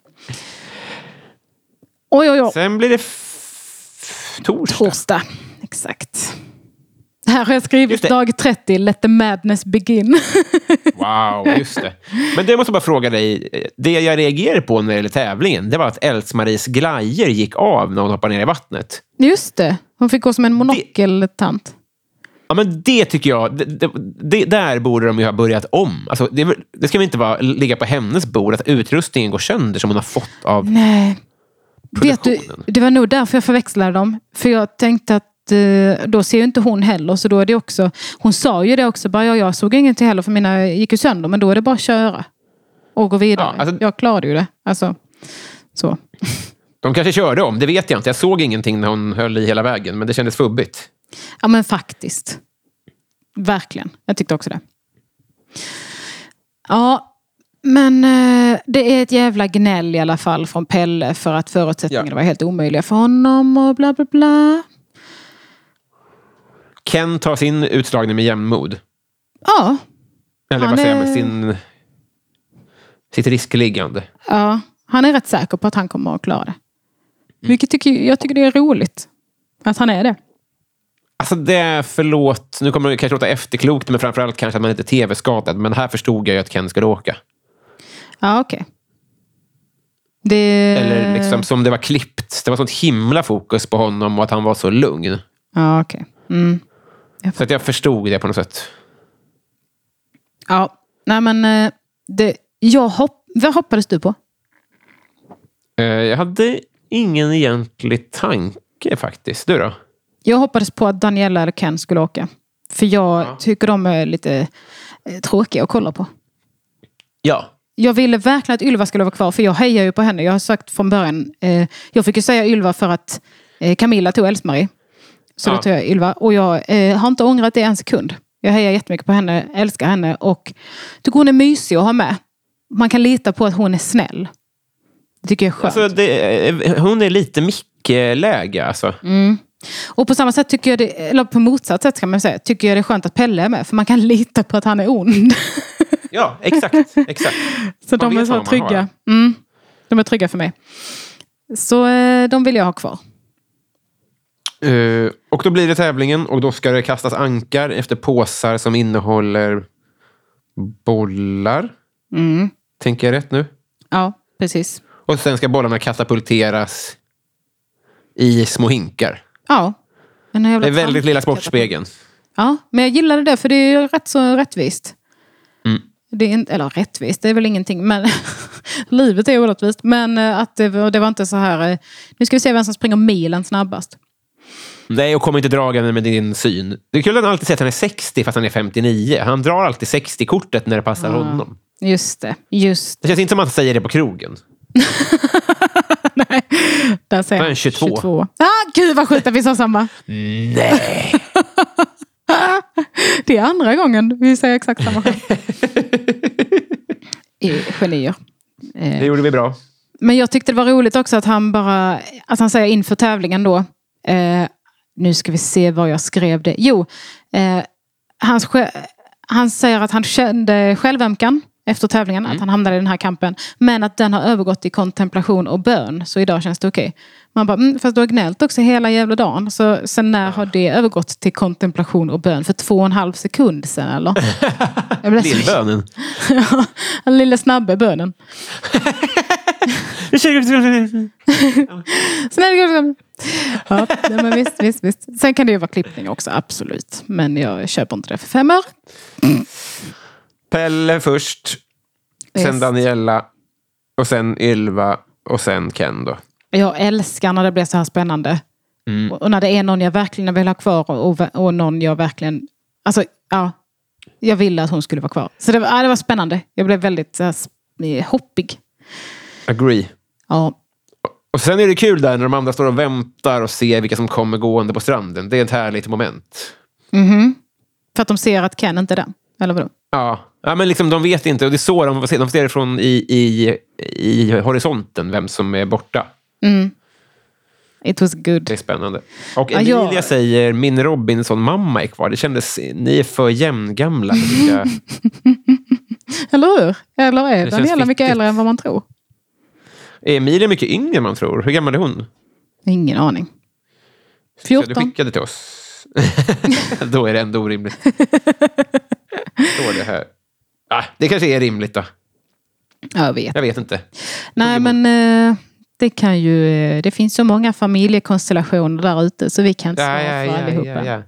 Speaker 2: Oj, oj, oj.
Speaker 1: Sen blir det f- torsdag.
Speaker 2: Torsdag. Exakt. Här har jag skrivit
Speaker 1: Just det.
Speaker 2: dag 30, let the madness begin.
Speaker 1: Wow, just det. Men det måste jag bara fråga dig. Det jag reagerade på när det gäller tävlingen, det var att Else-Maries glajer gick av när hon hoppade ner i vattnet.
Speaker 2: Just det, hon fick gå som en monokeltant.
Speaker 1: Ja, men det tycker jag... Det, det, det, där borde de ju ha börjat om. Alltså, det, är väl- det ska väl inte vara, ligga på hennes bord att utrustningen går sönder som hon har fått av...
Speaker 2: Nej. Vet du,
Speaker 1: Produktionen.
Speaker 2: det var nog därför jag förväxlade dem. För jag tänkte att eh, då ser ju inte hon heller. Så då är det också, hon sa ju det också, bara, ja, jag såg ingenting heller för mina gick ju sönder. Men då är det bara att köra. Och gå vidare.
Speaker 1: Ja, alltså-
Speaker 2: jag klarade ju det. Alltså, så.
Speaker 1: De kanske körde om, det vet jag inte. Jag såg ingenting när hon höll i hela vägen, men det kändes fubbigt.
Speaker 2: Ja men faktiskt. Verkligen. Jag tyckte också det. Ja, men eh, det är ett jävla gnäll i alla fall från Pelle för att förutsättningarna
Speaker 1: Ja.
Speaker 2: var helt omöjliga för honom och bla bla bla.
Speaker 1: Ken tar sin utslagning med jämnmod.
Speaker 2: Ja,
Speaker 1: Eller
Speaker 2: Han
Speaker 1: vad säger
Speaker 2: är-
Speaker 1: man? Sin, sitt riskliggande.
Speaker 2: ja, han är rätt säker på att han kommer att klara
Speaker 1: Mm.
Speaker 2: det. Vilket tycker, jag tycker det är roligt. Att han är det.
Speaker 1: Alltså det, förlåt, nu kommer det kanske låta efterklokt, men framförallt kanske att man inte är tv-skadad. Men här förstod jag ju att Ken skulle åka.
Speaker 2: Ja, okej. Det... Eh.
Speaker 1: Eller liksom som det var klippt. Det var sånt himla fokus på honom och att han var så lugn.
Speaker 2: Ja, okej. Mm.
Speaker 1: Så att jag förstod det på något sätt.
Speaker 2: Ja, nej men eh, det, jag hopp, vad hoppades du på?
Speaker 1: Eh, Jag hade ingen egentlig tanke faktiskt. Du då?
Speaker 2: Jag hoppades på att Daniela eller Ken skulle åka. För jag tycker de är lite eh, tråkiga att kolla på.
Speaker 1: Ja.
Speaker 2: Jag ville verkligen att Ylva skulle vara kvar, för jag hejar ju på henne. Jag har sagt från början. Eh, jag fick ju säga Ylva för att eh, Camilla tog Else-Marie. Så
Speaker 1: Ja.
Speaker 2: då tar jag Ylva. Och jag eh, har inte ångrat det en sekund. Jag hejar jättemycket på henne, älskar henne och tycker hon är mysig att ha med. Man kan lita på att hon är snäll. Det tycker jag är skönt.
Speaker 1: Alltså, det, eh, hon är lite Micke-läge alltså.
Speaker 2: Och på samma sätt tycker jag det, eller på motsatt sätt kan man säga, tycker jag det är skönt att Pelle är med. För man kan lita på att han är ond.
Speaker 1: Ja, exakt. exakt.
Speaker 2: Så
Speaker 1: Man
Speaker 2: de
Speaker 1: vet
Speaker 2: är så
Speaker 1: vad man
Speaker 2: trygga. Mm. De är trygga för mig. Så eh, de vill jag ha kvar.
Speaker 1: Eh, och då blir det tävlingen och då ska det kastas ankar efter påsar som innehåller bollar.
Speaker 2: Mm.
Speaker 1: Tänker jag rätt nu?
Speaker 2: Ja, precis.
Speaker 1: Och sen ska bollarna katapulteras i små hinkar.
Speaker 2: Ja. Den här jävla
Speaker 1: Det är väldigt
Speaker 2: tant-
Speaker 1: lilla sportspegeln.
Speaker 2: Ja, men jag gillade det för det är ju rätt så rättvist.
Speaker 1: Mm.
Speaker 2: Det är inte, eller rättvist, det är väl ingenting. Men livet är orättvist. Men eh, att det, var- det var inte så här, eh, nu ska vi se vem som springer milen snabbast.
Speaker 1: Nej, och kom inte dragande med din syn. Det är kul att han alltid säger att han är 60 fast han är 59. Han drar alltid 60-kortet när det passar
Speaker 2: Ah.
Speaker 1: honom.
Speaker 2: Just det, just
Speaker 1: Det känns inte som att han säger det på krogen.
Speaker 2: Nej, där säger
Speaker 1: Men 22.
Speaker 2: Ah, gud vad sjukt att vi sa samma.
Speaker 1: Nej!
Speaker 2: Det är andra gången vi säger exakt samma skämt. Eh, Genier.
Speaker 1: Det gjorde vi bra.
Speaker 2: Men jag tyckte det var roligt också att han bara, att han säger inför tävlingen då, eh, nu ska vi se vad jag skrev det. Jo, eh, han, skä- han säger att han kände självömkan efter tävlingen, att han hamnade i den här kampen. Men att den har övergått i kontemplation och bön, så idag känns det okej. Man bara, mm, fast du har gnällt också hela jävla dagen. Så sen när har det övergått till kontemplation och bön? För två och en halv sekund sen eller? Jag blev så-
Speaker 1: Lillbönen.
Speaker 2: Ja, Den lille snabbe bönen. Sen är det kanske- Ja, nej, men visst, visst, visst. Sen kan det ju vara klippning också, absolut. Men jag köper inte det för fem öre.
Speaker 1: Pelle först, sen
Speaker 2: Yes.
Speaker 1: Daniela, och sen Ylva och sen Ken då.
Speaker 2: Jag älskar när det blir så här spännande. Och, och när det är någon jag verkligen vill ha kvar och, och, och någon jag verkligen... Alltså, ja. Jag ville att hon skulle vara kvar. Så det, var- ja, det var spännande. Jag blev väldigt så här, sp- eh, hoppig.
Speaker 1: Agree.
Speaker 2: Ja.
Speaker 1: Och sen är det kul där när de andra står och väntar och ser vilka som kommer gående på stranden. Det är ett härligt moment.
Speaker 2: Mhm. För att de ser att Ken inte är där. Eller vadå?
Speaker 1: Ja, ja men liksom, de vet inte och det är så de får se. De får se det från i, i, i horisonten, vem som är borta.
Speaker 2: Mm. It was
Speaker 1: Det
Speaker 2: good.
Speaker 1: är spännande. Och
Speaker 2: Ja, jag-
Speaker 1: Emilia säger, min Robinson-mamma är kvar. Det kändes, ni är för jämngamla. tycker jag.
Speaker 2: Eller hur? Eller är
Speaker 1: känns
Speaker 2: Daniela mycket
Speaker 1: viktigt.
Speaker 2: äldre än vad man tror?
Speaker 1: Är Emilia mycket yngre än man tror? Hur gammal är hon?
Speaker 2: Ingen aning.
Speaker 1: Så
Speaker 2: 14.
Speaker 1: du skickade till oss. då är det ändå orimligt. Står det här. Ah, det kanske är rimligt då.
Speaker 2: Ja, jag vet.
Speaker 1: Jag vet inte.
Speaker 2: Nej, men eh, det kan ju... eh, Det finns så många familjekonstellationer där ute så vi kan inte svara
Speaker 1: Ja, ja,
Speaker 2: för
Speaker 1: ja, ja,
Speaker 2: allihopa.
Speaker 1: ja.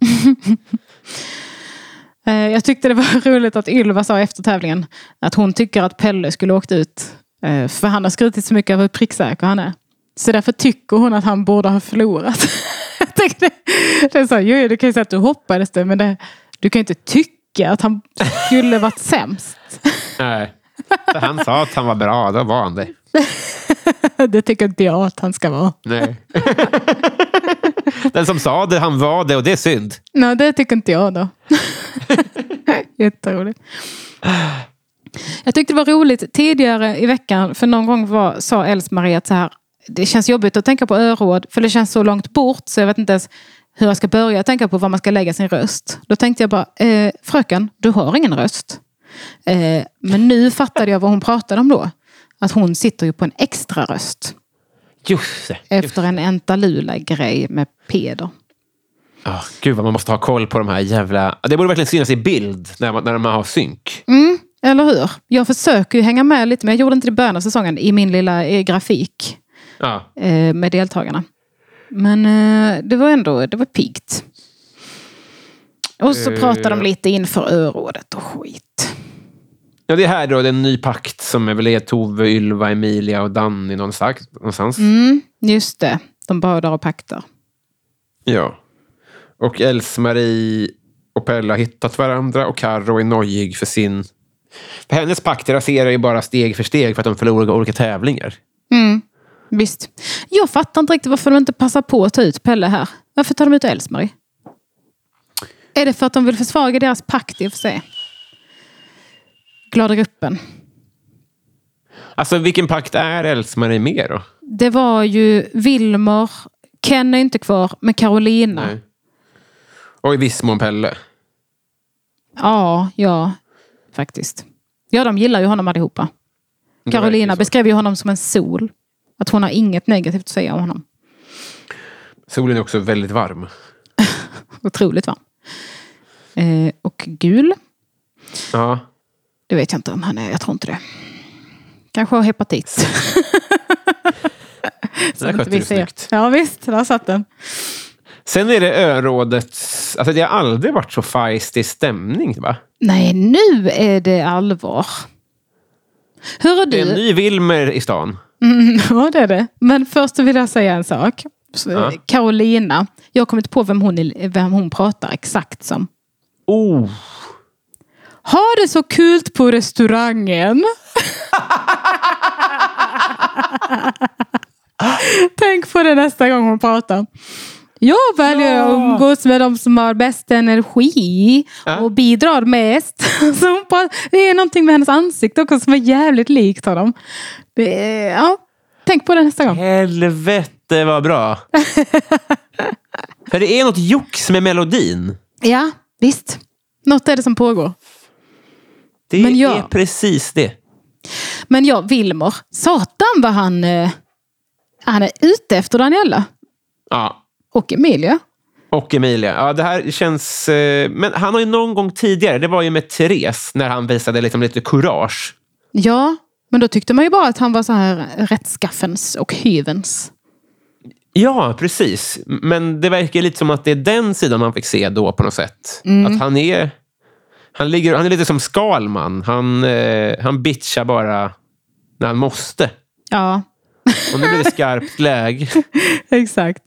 Speaker 2: Eh, jag tyckte det var roligt att Ylva sa efter tävlingen att hon tycker att Pelle skulle åkt ut. eh, för han har skrutit så mycket över hur pricksäker han är. Så därför tycker hon att han borde ha förlorat. jag tänkte, det är så, här, jo, jo, du kan ju säga att du hoppades det, men det, du kan ju inte tycka att han skulle varit sämst.
Speaker 1: Nej. För han sa att han var bra, då var han det.
Speaker 2: det tycker inte jag att han ska vara.
Speaker 1: Nej. Den som sa det, han var det och det är synd.
Speaker 2: Nej, det tycker inte jag då. Jätteroligt. Jag tyckte det var roligt tidigare i veckan, för någon gång var, sa Els-Marie att så här, det känns jobbigt att tänka på öråd, för det känns så långt bort så jag vet inte ens hur jag ska börja tänka på var man ska lägga sin röst. Då tänkte jag bara, eh, fröken, du har ingen röst. Eh, men nu fattade jag vad hon pratade om då. Att hon sitter ju på en extra röst
Speaker 1: Just det.
Speaker 2: efter en Entalula-grej med Peder.
Speaker 1: Ah, gud vad man måste ha koll på de här jävla... Det borde verkligen synas i bild när man, när man har synk.
Speaker 2: Mm, eller hur? Jag försöker ju hänga med lite, men jag gjorde inte det i början av säsongen i min lilla eh, grafik
Speaker 1: Ja.
Speaker 2: eh, med deltagarna. Men eh, det var ändå det var piggt. Och så
Speaker 1: Eh.
Speaker 2: pratade de lite inför örådet och skit.
Speaker 1: Ja, det är här då, det är en ny pakt som är väl är Tove, Ylva, Emilia och Danny någonstans. någonstans.
Speaker 2: Mm, just det, de badar och paktar.
Speaker 1: Ja. Och Else-Marie och Pelle har hittat varandra och Karo är nojig för sin... För hennes pakt raserar ju bara steg för steg för att de förlorar olika tävlingar.
Speaker 2: Mm, visst. Jag fattar inte riktigt varför de inte passar på att ta ut Pelle här. Varför tar de ut Else-Marie? Är det för att de vill försvaga deras pakt i och för sig? Glada gruppen.
Speaker 1: Alltså vilken pakt är Else-Marie med då?
Speaker 2: Det var ju Wilmer, Ken är inte kvar, men Carolina.
Speaker 1: Nej. Och i viss mån Pelle.
Speaker 2: Ja, ja, faktiskt. Ja, de gillar ju honom allihopa.
Speaker 1: Det verkar
Speaker 2: Carolina
Speaker 1: ju så.
Speaker 2: beskrev ju honom som en sol. Att hon har inget negativt att säga om honom.
Speaker 1: Solen är också väldigt varm.
Speaker 2: Otroligt varm. Eh, och gul.
Speaker 1: Ja.
Speaker 2: Det vet jag inte om han är. Jag tror inte det. Kanske har hepatit.
Speaker 1: Det där
Speaker 2: Som inte
Speaker 1: skötte
Speaker 2: vi
Speaker 1: du
Speaker 2: ser.
Speaker 1: snyggt.
Speaker 2: Ja visst, där satt den.
Speaker 1: Sen är det örådets... Alltså det har aldrig varit så feisty stämning va?
Speaker 2: Nej, nu är det allvar. Hur är
Speaker 1: Det är en
Speaker 2: du?
Speaker 1: ny Wilmer i stan.
Speaker 2: Mm, ja, det är det. Men först vill jag säga en sak. Så,
Speaker 1: Ja.
Speaker 2: Carolina. Jag har kommit på vem hon, är- vem hon pratar exakt som.
Speaker 1: Oh!
Speaker 2: Ha det så kul på restaurangen. Tänk på det nästa gång hon pratar. Jag väljer
Speaker 1: Ja.
Speaker 2: att umgås med de som har bäst energi
Speaker 1: Ja.
Speaker 2: och bidrar mest. Så hon bara, det är någonting med hennes ansikte också som är jävligt likt honom. Det är, ja. Tänk på det nästa gång.
Speaker 1: Helvete vad bra! För det är något jox med melodin.
Speaker 2: Ja, visst. Något är det som pågår.
Speaker 1: Det
Speaker 2: Men ja.
Speaker 1: är precis det.
Speaker 2: Men ja, Wilmer. Satan vad han, eh, han är ute efter Daniela.
Speaker 1: Ja.
Speaker 2: Och Emilia.
Speaker 1: Och Emilia. Ja, det här känns... eh, Men han har ju någon gång tidigare, det var ju med Therese, när han visade liksom lite kurage.
Speaker 2: Ja, men då tyckte man ju bara att han var så här rättskaffens och hyvens.
Speaker 1: Ja, precis. Men det verkar lite som att det är den sidan man fick se då på något sätt.
Speaker 2: Mm.
Speaker 1: Att han är... Han, ligger, han är lite som Skalman. Han, eh, han bitchar bara när han måste.
Speaker 2: Ja,
Speaker 1: Och nu blir det skarpt läge.
Speaker 2: exakt.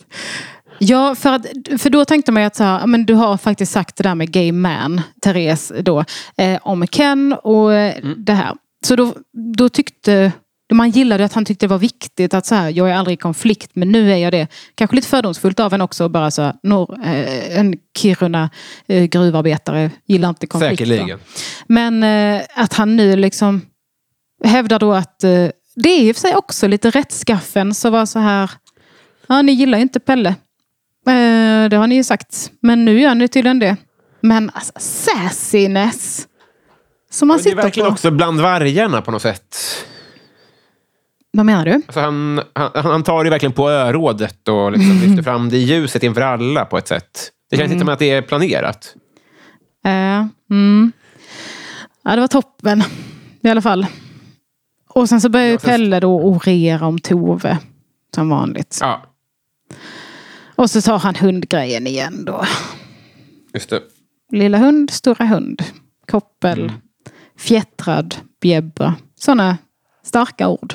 Speaker 2: Ja, för, att, för då tänkte man ju att så här, ja, men du har faktiskt sagt det där med gay man, Therese, då, eh, om Ken och eh, det här. Så då, då tyckte man gillade att han tyckte det var viktigt att så här, jag är aldrig i konflikt, men nu är jag det. Kanske lite fördomsfullt av en också, bara så här, norr, eh, en Kiruna eh, gruvarbetare gillar inte konflikter.
Speaker 1: Säkerligen.
Speaker 2: Men eh, att han nu liksom hävdar då att eh, det är i och för sig också lite rättskaffen så var så här. Ja, ni gillar ju inte Pelle. Eh, det har ni ju sagt. Men nu gör ni tydligen det. Men alltså, sassiness. Som man
Speaker 1: Men Det är
Speaker 2: sitter på.
Speaker 1: verkligen också bland vargarna på något sätt.
Speaker 2: Vad menar du?
Speaker 1: Alltså han, han, han tar det verkligen på örådet och liksom lyfter fram det i ljuset inför alla på ett sätt. Det känns inte som att det är planerat.
Speaker 2: Eh, mm. Ja, det var toppen. I alla fall. Och sen så börjar ju
Speaker 1: Ja, sen-
Speaker 2: Pelle då orera om Tove. Som vanligt.
Speaker 1: Ja,
Speaker 2: Och så tar han hundgrejen igen då.
Speaker 1: just det.
Speaker 2: Lilla hund, stora hund. Koppel,
Speaker 1: Mm.
Speaker 2: fjättrad, bjäbba. Sådana starka ord.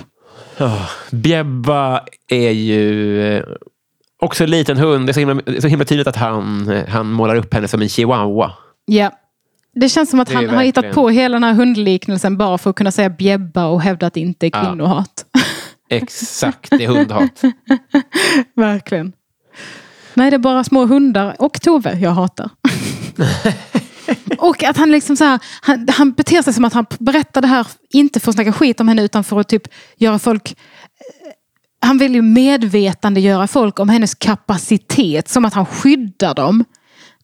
Speaker 1: Oh, Bjebba är ju eh, också en liten hund. Det är så himla, det är så himla tydligt att han, eh, han målar upp henne som en chihuahua.
Speaker 2: Ja. Det känns som att
Speaker 1: Det är
Speaker 2: han har hittat
Speaker 1: verkligen-
Speaker 2: på hela den här hundliknelsen bara för att kunna säga bjäbba och hävda att det inte är
Speaker 1: Ja.
Speaker 2: kvinnohat.
Speaker 1: Exakt, det är hundhat.
Speaker 2: Verkligen. Nej, det är bara små hundar och Tove jag hatar. och att han liksom så här, han, han beter sig som att han berättar det här, inte för att snacka skit om henne, utan för att typ göra folk... Han vill ju medvetandegöra folk om hennes kapacitet, som att han skyddar dem.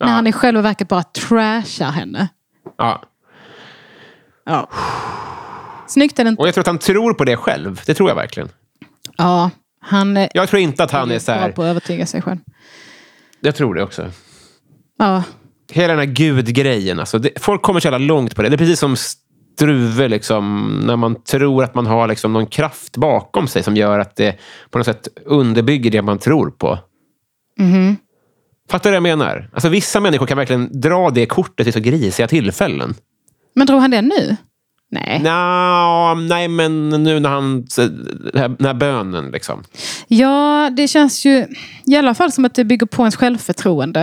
Speaker 2: När
Speaker 1: Ja.
Speaker 2: han i själva verket bara trashar henne.
Speaker 1: Ja.
Speaker 2: Ja. Snyggt är det inte.
Speaker 1: Och jag tror att han tror på det själv. Det tror jag verkligen.
Speaker 2: Ja, han är
Speaker 1: Jag tror inte att han är så
Speaker 2: bra
Speaker 1: här.
Speaker 2: på att övertyga sig själv.
Speaker 1: Jag tror det också.
Speaker 2: Ja,
Speaker 1: Hela den här gudgrejen. Alltså, det, folk kommer så jävla långt på det. Det är precis som Struve, liksom, när man tror att man har liksom, någon kraft bakom sig som gör att det på något sätt underbygger det man tror på. Fattar du vad jag menar? Alltså, vissa människor kan verkligen dra det kortet i så grisiga tillfällen.
Speaker 2: men drog han det nu? Nej.
Speaker 1: Nå, nej, men nu när han... Den här, den här bönen, liksom.
Speaker 2: Ja, det känns ju i alla fall som att det bygger på ens självförtroende.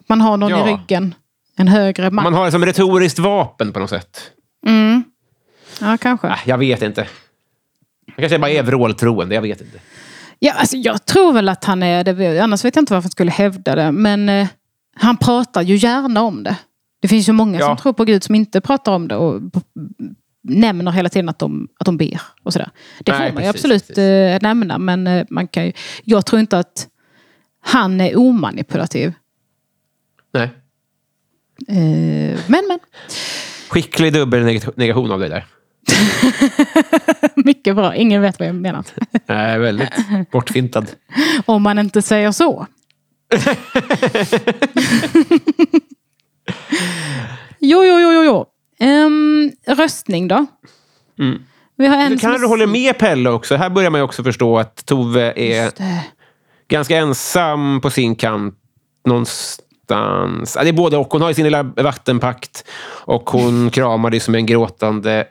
Speaker 2: Att man har någon
Speaker 1: Ja.
Speaker 2: i ryggen. En högre makt.
Speaker 1: Man har det som retoriskt vapen på något sätt.
Speaker 2: Mm. Ja, kanske.
Speaker 1: Ah. Äh, jag vet inte. Jag kanske bara är vråltroende, jag vet inte.
Speaker 2: Ja, alltså, jag tror väl att han är det. Annars vet jag inte varför han skulle hävda det. Men eh, han pratar ju gärna om det. Det finns ju många
Speaker 1: Ja.
Speaker 2: som tror på Gud som inte pratar om det och p- nämner hela tiden att de, att de ber. Och sådär. Det
Speaker 1: Nej,
Speaker 2: får man ju
Speaker 1: precis,
Speaker 2: absolut
Speaker 1: precis.
Speaker 2: eh, nämna. Men eh, man kan ju, jag tror inte att han är omanipulativ.
Speaker 1: Nej.
Speaker 2: Eh, men, men.
Speaker 1: Skicklig dubbelnegation av dig där.
Speaker 2: Mycket bra. Ingen vet vad jag menar.
Speaker 1: Nej, väldigt bortfintad.
Speaker 2: Om man inte säger så. jo, jo, jo, jo. jo. Ehm, röstning då? Vi har en
Speaker 1: Mm. Du
Speaker 2: som
Speaker 1: kanske håller med Pelle också. Här börjar man ju också förstå att Tove är
Speaker 2: Just det.
Speaker 1: ganska ensam på sin kant någonstans. Ja, det är både och. Hon har ju sin lilla vattenpakt och hon kramade ju som en gråtande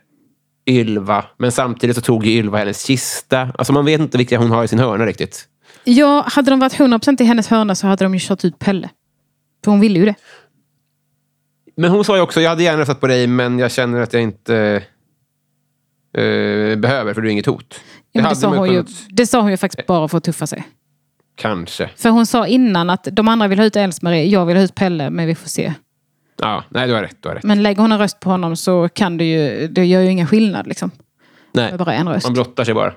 Speaker 1: Ylva. Men samtidigt så tog ju Ylva hennes kista. Alltså man vet inte vilka hon har i sin hörna riktigt.
Speaker 2: Ja, hade de varit 100% i hennes hörna så hade de ju kört ut Pelle. För hon ville ju det.
Speaker 1: Men hon sa ju också, jag hade gärna röstat på dig men jag känner att jag inte eh, behöver för du är inget hot.
Speaker 2: Ja, men
Speaker 1: hade
Speaker 2: det, sa
Speaker 1: man ju
Speaker 2: hon ju,
Speaker 1: kunnat-
Speaker 2: det sa hon ju faktiskt bara för att tuffa sig.
Speaker 1: Kanske.
Speaker 2: För hon sa innan att de andra vill ha ut Else-Marie, jag vill ha ut Pelle, men vi får se.
Speaker 1: Ja, nej, du har rätt. Du har rätt.
Speaker 2: Men lägger hon en röst på honom så kan det ju, det gör ju ingen skillnad liksom.
Speaker 1: Nej,
Speaker 2: Det är bara en röst.
Speaker 1: man brottar sig bara.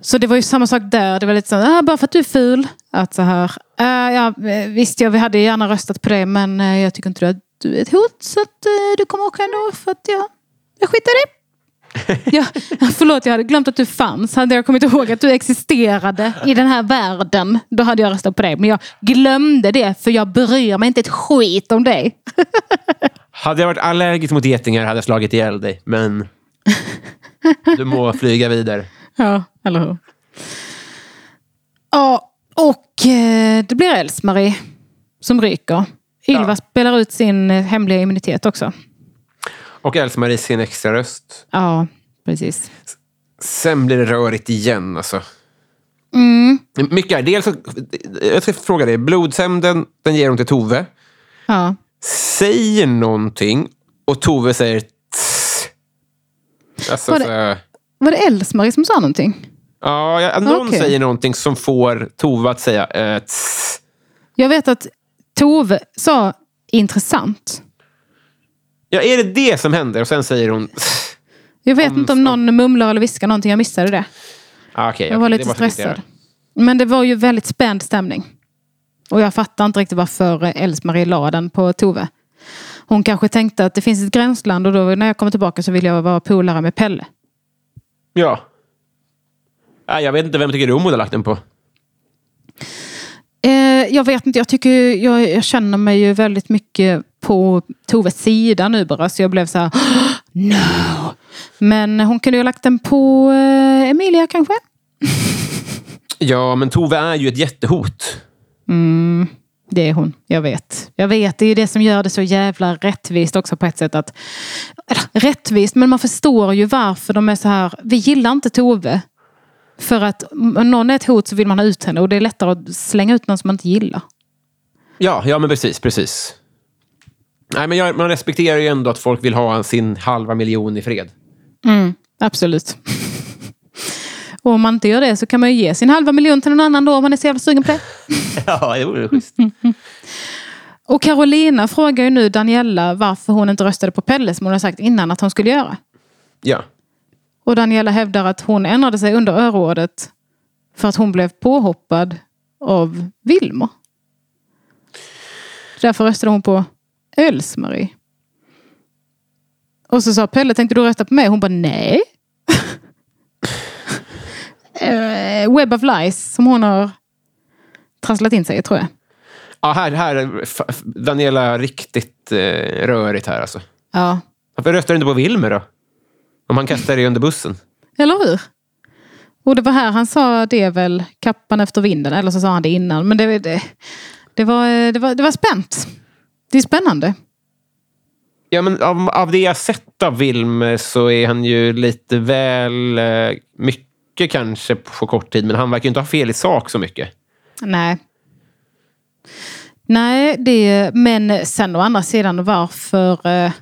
Speaker 2: Så det var ju samma sak där. Det var lite så här, ah, bara för att du är ful. Att så här, "Ah, ja, eh, visst, jag hade gärna röstat på dig, men eh, jag tycker inte du att du är ett hot. Så att eh, du kommer åka ändå, för att jag, jag skiter i det. Ja, förlåt, jag hade glömt att du fanns. Hade jag kommit ihåg att du existerade i den här världen, då hade jag röstat på dig. Men jag glömde det, för jag bryr mig inte ett skit om dig.
Speaker 1: Hade jag varit allergisk mot getingar hade jag slagit ihjäl dig, men du må flyga vidare.
Speaker 2: Ja, eller hur? Ja, och eh, det blir Else-Marie som ryker. Ylva
Speaker 1: Ja.
Speaker 2: spelar ut sin eh, hemliga immunitet också.
Speaker 1: Och Else-Marie sin extra röst.
Speaker 2: Ja, precis.
Speaker 1: Sen blir det rörigt igen. Alltså.
Speaker 2: Mm,
Speaker 1: Mycket är, dels så, jag ska fråga dig, blodshämnden den ger hon till Tove.
Speaker 2: ja.
Speaker 1: Säger någonting och Tove säger tss. Alltså,
Speaker 2: Var det-
Speaker 1: så,
Speaker 2: Var det Else-Marie som sa någonting?
Speaker 1: ja, ja, någon
Speaker 2: Okej.
Speaker 1: säger någonting som får Tove att säga eh, tss.
Speaker 2: Jag vet att Tove sa intressant.
Speaker 1: Ja, är det det som händer? Och sen säger hon tss.
Speaker 2: Jag vet inte om någon mumlar eller viskar någonting. Jag missade det.
Speaker 1: Ah, okej,
Speaker 2: Jag var
Speaker 1: okej,
Speaker 2: lite
Speaker 1: det måste vi inte
Speaker 2: stressad.
Speaker 1: göra.
Speaker 2: Men det var ju väldigt spänd stämning. Och jag fattar inte riktigt varför Else-Marie la den på Tove. Hon kanske tänkte att det finns ett gränsland och då när jag kommer tillbaka så vill jag vara polare med Pelle.
Speaker 1: Ja. Nej, jag vet inte, vem tycker du hon borde ha lagt den på?
Speaker 2: Eh, jag vet inte, jag, tycker, ju- jag, jag känner mig ju väldigt mycket på Toves sida nu bara. Så jag blev så här, "Åh, no! Men hon kunde ju ha lagt den på eh, Emilia kanske?
Speaker 1: Ja, men Tove är ju ett jättehot.
Speaker 2: Mm, det är hon, jag vet. Jag vet, det är ju det som gör det så jävla rättvist också på ett sätt. att eller, Rättvist, men man förstår ju varför de är så här. Vi gillar inte Tove. För att om någon är ett hot så vill man ha ut henne och det är lättare att slänga ut någon som man inte gillar.
Speaker 1: Ja, ja men precis, precis. Nej, men jag, man respekterar ju ändå att folk vill ha sin halva miljon i fred.
Speaker 2: Absolut. Och om man inte gör det så kan man ju ge sin halva miljon till någon annan då om man är så jävla sugen på det.
Speaker 1: Ja, det vore schysst.
Speaker 2: Och Carolina frågar ju nu Daniela varför hon inte röstade på Pelle som hon har sagt innan att hon skulle göra.
Speaker 1: Ja.
Speaker 2: Och Daniela hävdar att hon ändrade sig under örådet för att hon blev påhoppad av Wilmer. Därför röstade hon på Else-Marie. Och så sa Pelle, tänkte du rösta på mig? Hon bara, nej. Eh, Web of Lies, som hon har trasslat in sig i, tror jag.
Speaker 1: ja här, här är f- f- Daniela riktigt eh, rörigt här alltså.
Speaker 2: Ja.
Speaker 1: Varför röstar du inte på Wilmer då? Om han kastar dig under bussen.
Speaker 2: Eller hur? Och det var här han sa det väl, kappan efter vinden. Eller så sa han det innan. Men det, det, det, var, det, var, det var spänt. Det är spännande.
Speaker 1: Ja, men av, av det jag sett av Wilmer så är han ju lite väl eh, mycket kanske på kort tid. Men han verkar ju inte ha fel i sak så mycket.
Speaker 2: Nej. Nej, det, men sen å andra sidan varför... Eh,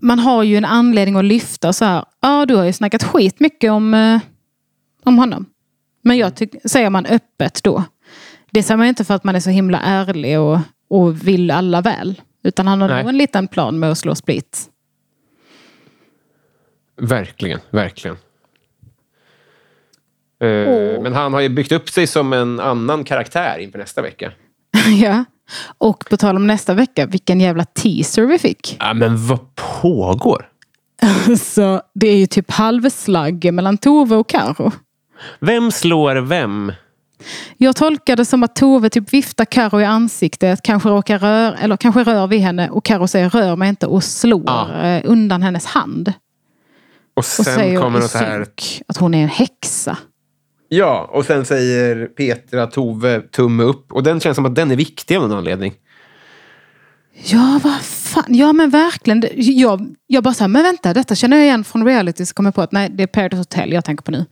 Speaker 2: man har ju en anledning att lyfta så här. Ja, ah, du har ju snackat skit mycket om, eh, om honom. Men jag tycker, säger man öppet då. Det säger man inte för att man är så himla ärlig och, och vill alla väl. Utan han har
Speaker 1: Nej.
Speaker 2: nog en liten plan med att slå split.
Speaker 1: Verkligen, verkligen. Eh, Men han har ju byggt upp sig som en annan karaktär inför nästa vecka.
Speaker 2: ja. Och på tal om nästa vecka, vilken jävla teaser vi fick.
Speaker 1: Ja, men vad pågår?
Speaker 2: Så det är ju typ halvslagg mellan Tove och Karo.
Speaker 1: Vem slår vem?
Speaker 2: Jag tolkar det som att Tove typ viftar Karo i ansiktet, kanske råkar rör, eller kanske rör vid henne och Karo säger rör mig inte och slår
Speaker 1: Ja.
Speaker 2: eh, undan hennes hand.
Speaker 1: Och
Speaker 2: Och
Speaker 1: sen
Speaker 2: säger
Speaker 1: kommer
Speaker 2: i
Speaker 1: något så här.
Speaker 2: synk att hon är en häxa.
Speaker 1: Ja, och sen säger Petra Tove tumme upp. Och den känns som att den är viktig av någon anledning.
Speaker 2: Ja, vad fan. Ja, men verkligen. Det- Jag, jag bara så här, men vänta, detta känner jag igen från reality. Så kom jag på att nej, det är Paradise Hotel jag tänker på nu.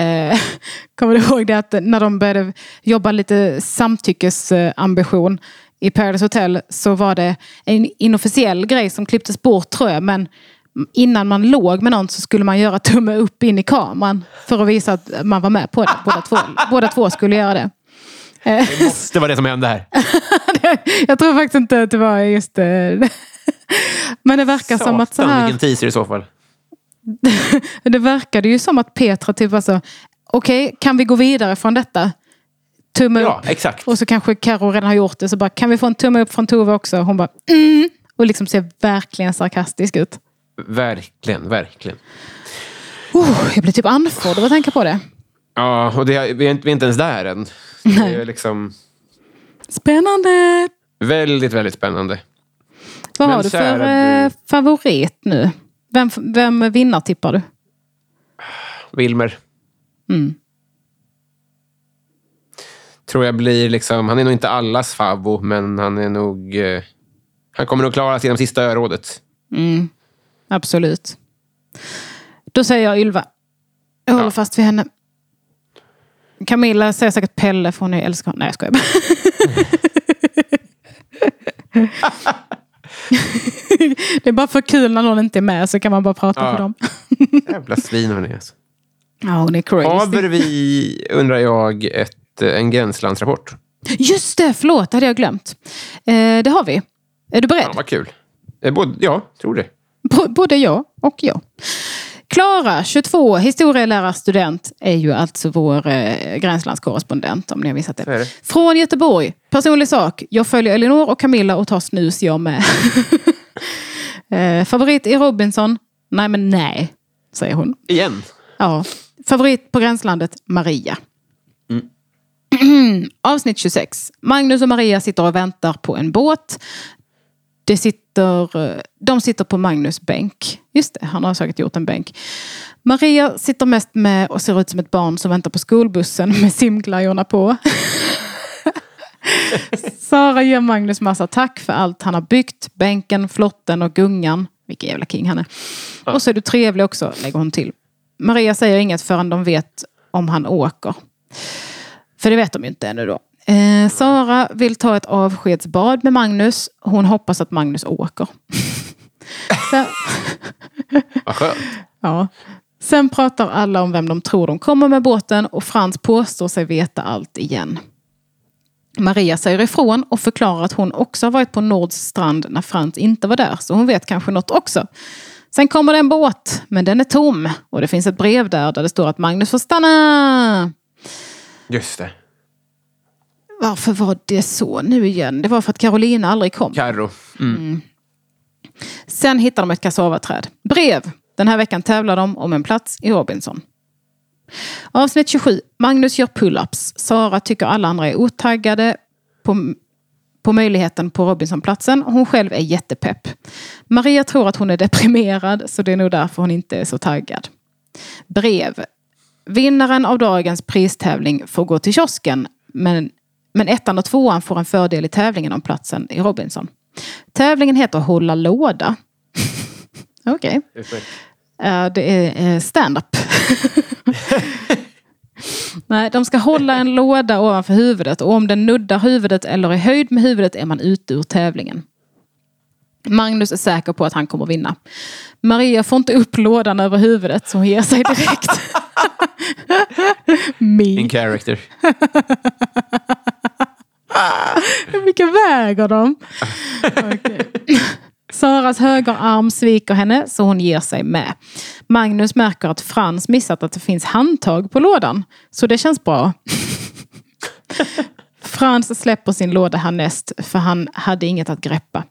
Speaker 2: Eh, kommer du ihåg det att när de började jobba lite samtyckesambition i Paradise Hotel så var det en inofficiell grej som klipptes bort tror jag. Men innan man låg med någon så skulle man göra tumme upp in i kameran för att visa att man var med på det. Båda två, båda två skulle göra det.
Speaker 1: Det måste vara det som hände här.
Speaker 2: Jag tror faktiskt inte att det var just det. Men det verkar som att så
Speaker 1: Satan,
Speaker 2: här,
Speaker 1: vilken teaser i så fall.
Speaker 2: det verkade ju som att Petra typ var så, okej kan vi gå vidare från detta? Tumme
Speaker 1: Ja,
Speaker 2: upp.
Speaker 1: exakt.
Speaker 2: Och så kanske Karo redan har gjort det så bara, kan vi få en tumme upp från Tove också? Hon bara, mm. Och liksom ser verkligen sarkastisk ut.
Speaker 1: Verkligen, verkligen.
Speaker 2: Oh, jag blir typ andfådd av att tänka på det.
Speaker 1: Ja, och det, vi, är inte, vi är inte ens där än. Det är liksom
Speaker 2: Spännande!
Speaker 1: väldigt, väldigt spännande.
Speaker 2: Vad
Speaker 1: Men
Speaker 2: har du
Speaker 1: kära
Speaker 2: för
Speaker 1: du.
Speaker 2: eh, favorit nu? Vem, vem vinner tippar du?
Speaker 1: Wilmer
Speaker 2: Mm.
Speaker 1: tror jag blir liksom... Han är nog inte allas favvo, men han är nog... Eh, han kommer nog klara sig genom sista örådet.
Speaker 2: Mm, absolut. Då säger jag Ylva. Jag håller
Speaker 1: Ja.
Speaker 2: fast vid henne. Camilla säger säkert Pelle för hon är älskar honom. Nej jag skojar bara. Det är bara för kul när någon inte är med så kan man bara prata
Speaker 1: Ja.
Speaker 2: för dem.
Speaker 1: Jävla svin hon är. Alltså.
Speaker 2: Ja hon är crazy.
Speaker 1: Haver vi, undrar jag, ett, eh, en gränslandsrapport?
Speaker 2: Just det, förlåt det hade jag glömt. Eh, det har vi. Är du beredd?
Speaker 1: Ja, vad kul. Eh, Både, ja, tror det.
Speaker 2: B- Både jag och jag. Klara, 22, historielärarstudent, är ju alltså vår eh, gränslandskorrespondent om ni har missat
Speaker 1: Så är
Speaker 2: det.
Speaker 1: det.
Speaker 2: Från Göteborg, personlig sak. Jag följer Elinor och Camilla och tar snus jag med. eh, favorit i Robinson? Nej men nej, säger hon.
Speaker 1: Igen.
Speaker 2: Ja. Favorit på gränslandet, Maria. Mm. Avsnitt 26. Magnus och Maria sitter och väntar på en båt. Det sitter, eh, de sitter på Magnus bänk. Just det, han har säkert gjort en bänk. Maria sitter mest med och ser ut som ett barn som väntar på skolbussen med simglajjorna på. Sara ger Magnus massa tack för allt han har byggt. Bänken, flotten och gungan. Vilken jävla king han är. Och så är du trevlig också, lägger hon till. Maria säger inget förrän de vet om han åker. För det vet de ju inte ännu då. Eh, Sara vill ta ett avskedsbad med Magnus. Hon hoppas att Magnus åker. Sen,
Speaker 1: Vad skönt.
Speaker 2: ja. Sen pratar alla om vem de tror de kommer med båten och Frans påstår sig veta allt igen. Maria säger ifrån och förklarar att hon också har varit på Nords strand när Frans inte var där, så hon vet kanske något också. Sen kommer det en båt, men den är tom och det finns ett brev där där det står att Magnus får stanna.
Speaker 1: Just det.
Speaker 2: Varför var det så nu igen? Det var för att Carolina aldrig kom.
Speaker 1: Carro. Mm.
Speaker 2: Sen hittar de ett kassavaträd. Brev! Den här veckan tävlar de om en plats i Robinson. Avsnitt 27. Magnus gör pull-ups. Sara tycker alla andra är otaggade på, på möjligheten på Robinsonplatsen. Hon själv är jättepepp. Maria tror att hon är deprimerad så det är nog därför hon inte är så taggad. Brev. Vinnaren av dagens pristävling får gå till kiosken men, men ettan och tvåan får en fördel i tävlingen om platsen i Robinson. Tävlingen heter Hålla låda. Okej.
Speaker 1: Utmärkt.
Speaker 2: Eh, det är eh, stand-up. Nej, de ska hålla en låda ovanför huvudet och om den nuddar huvudet eller är höjd med huvudet är man ute ur tävlingen. Magnus är säker på att han kommer vinna. Maria får inte upp lådan över huvudet så hon ger sig direkt.
Speaker 1: In
Speaker 2: Me.
Speaker 1: character.
Speaker 2: Vilka väger de? Okej. Saras högerarm sviker henne så hon ger sig med. Magnus märker att Frans missat att det finns handtag på lådan. Så det känns bra. Frans släpper sin låda härnäst för han hade inget att greppa.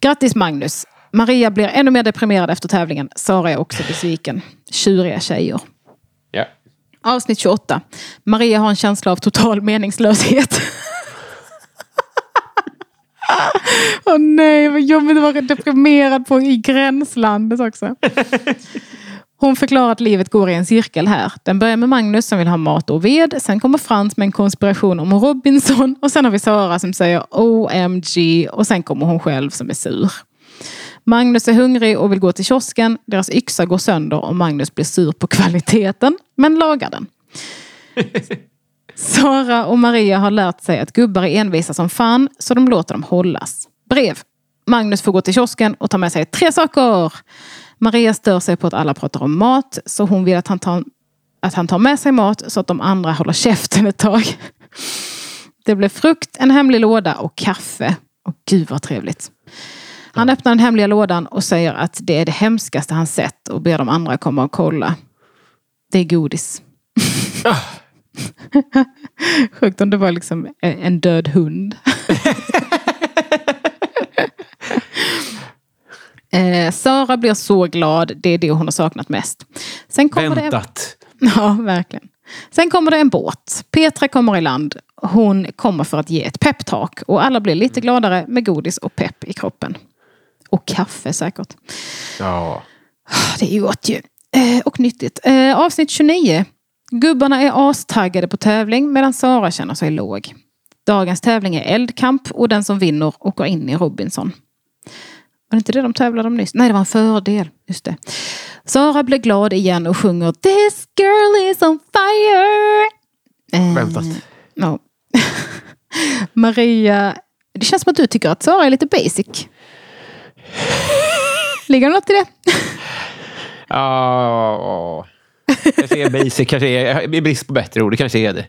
Speaker 2: Grattis Magnus! Maria blir ännu mer deprimerad efter tävlingen. Sara är också besviken. Tjuriga tjejer.
Speaker 1: Ja.
Speaker 2: Avsnitt 28. Maria har en känsla av total meningslöshet. Åh nej, vad jobbigt att vara deprimerad på i gränslandet också. Hon förklarar att livet går i en cirkel här. Den börjar med Magnus som vill ha mat och ved. Sen kommer Frans med en konspiration om Robinson. Och sen har vi Sara som säger OMG. Och sen kommer hon själv som är sur. Magnus är hungrig och vill gå till kiosken. Deras yxa går sönder och Magnus blir sur på kvaliteten, men lagar den. Sara och Maria har lärt sig att gubbar är envisa som fan, så de låter dem hållas. Brev. Magnus får gå till kiosken och ta med sig tre saker. Maria stör sig på att alla pratar om mat, så hon vill att han tar, att han tar med sig mat så att de andra håller käften ett tag. Det blev frukt, en hemlig låda och kaffe. Och gud vad trevligt. Han öppnar den hemliga lådan och säger att det är det hemskaste han sett och ber de andra komma och kolla. Det är godis. Sjukt om det var liksom en en död hund. eh, Sara blir så glad. Det är det hon har saknat mest. Sen kommer det...
Speaker 1: Väntat.
Speaker 2: Ja, verkligen. Sen kommer det en båt. Petra kommer i land. Hon kommer för att ge ett peptalk och alla blir lite gladare med godis och pepp i kroppen. Och kaffe säkert.
Speaker 1: Ja.
Speaker 2: Ah, Det är ju gott ju. Eh, och nyttigt. Eh, avsnitt 29. Gubbarna är astaggade på tävling medan Sara känner sig låg. Dagens tävling är eldkamp och den som vinner åker in i Robinson. Var det inte det de tävlade om nyss? Nej, det var en fördel. Just det. Sara blir glad igen och sjunger This girl is on fire. Eh,
Speaker 1: Väntat.
Speaker 2: ja. Maria, det känns som att du tycker att Sara är lite basic. Ligger det något i det?
Speaker 1: Ja. Kanske är basic, kanske är, i brist på bättre ord, det kanske är det.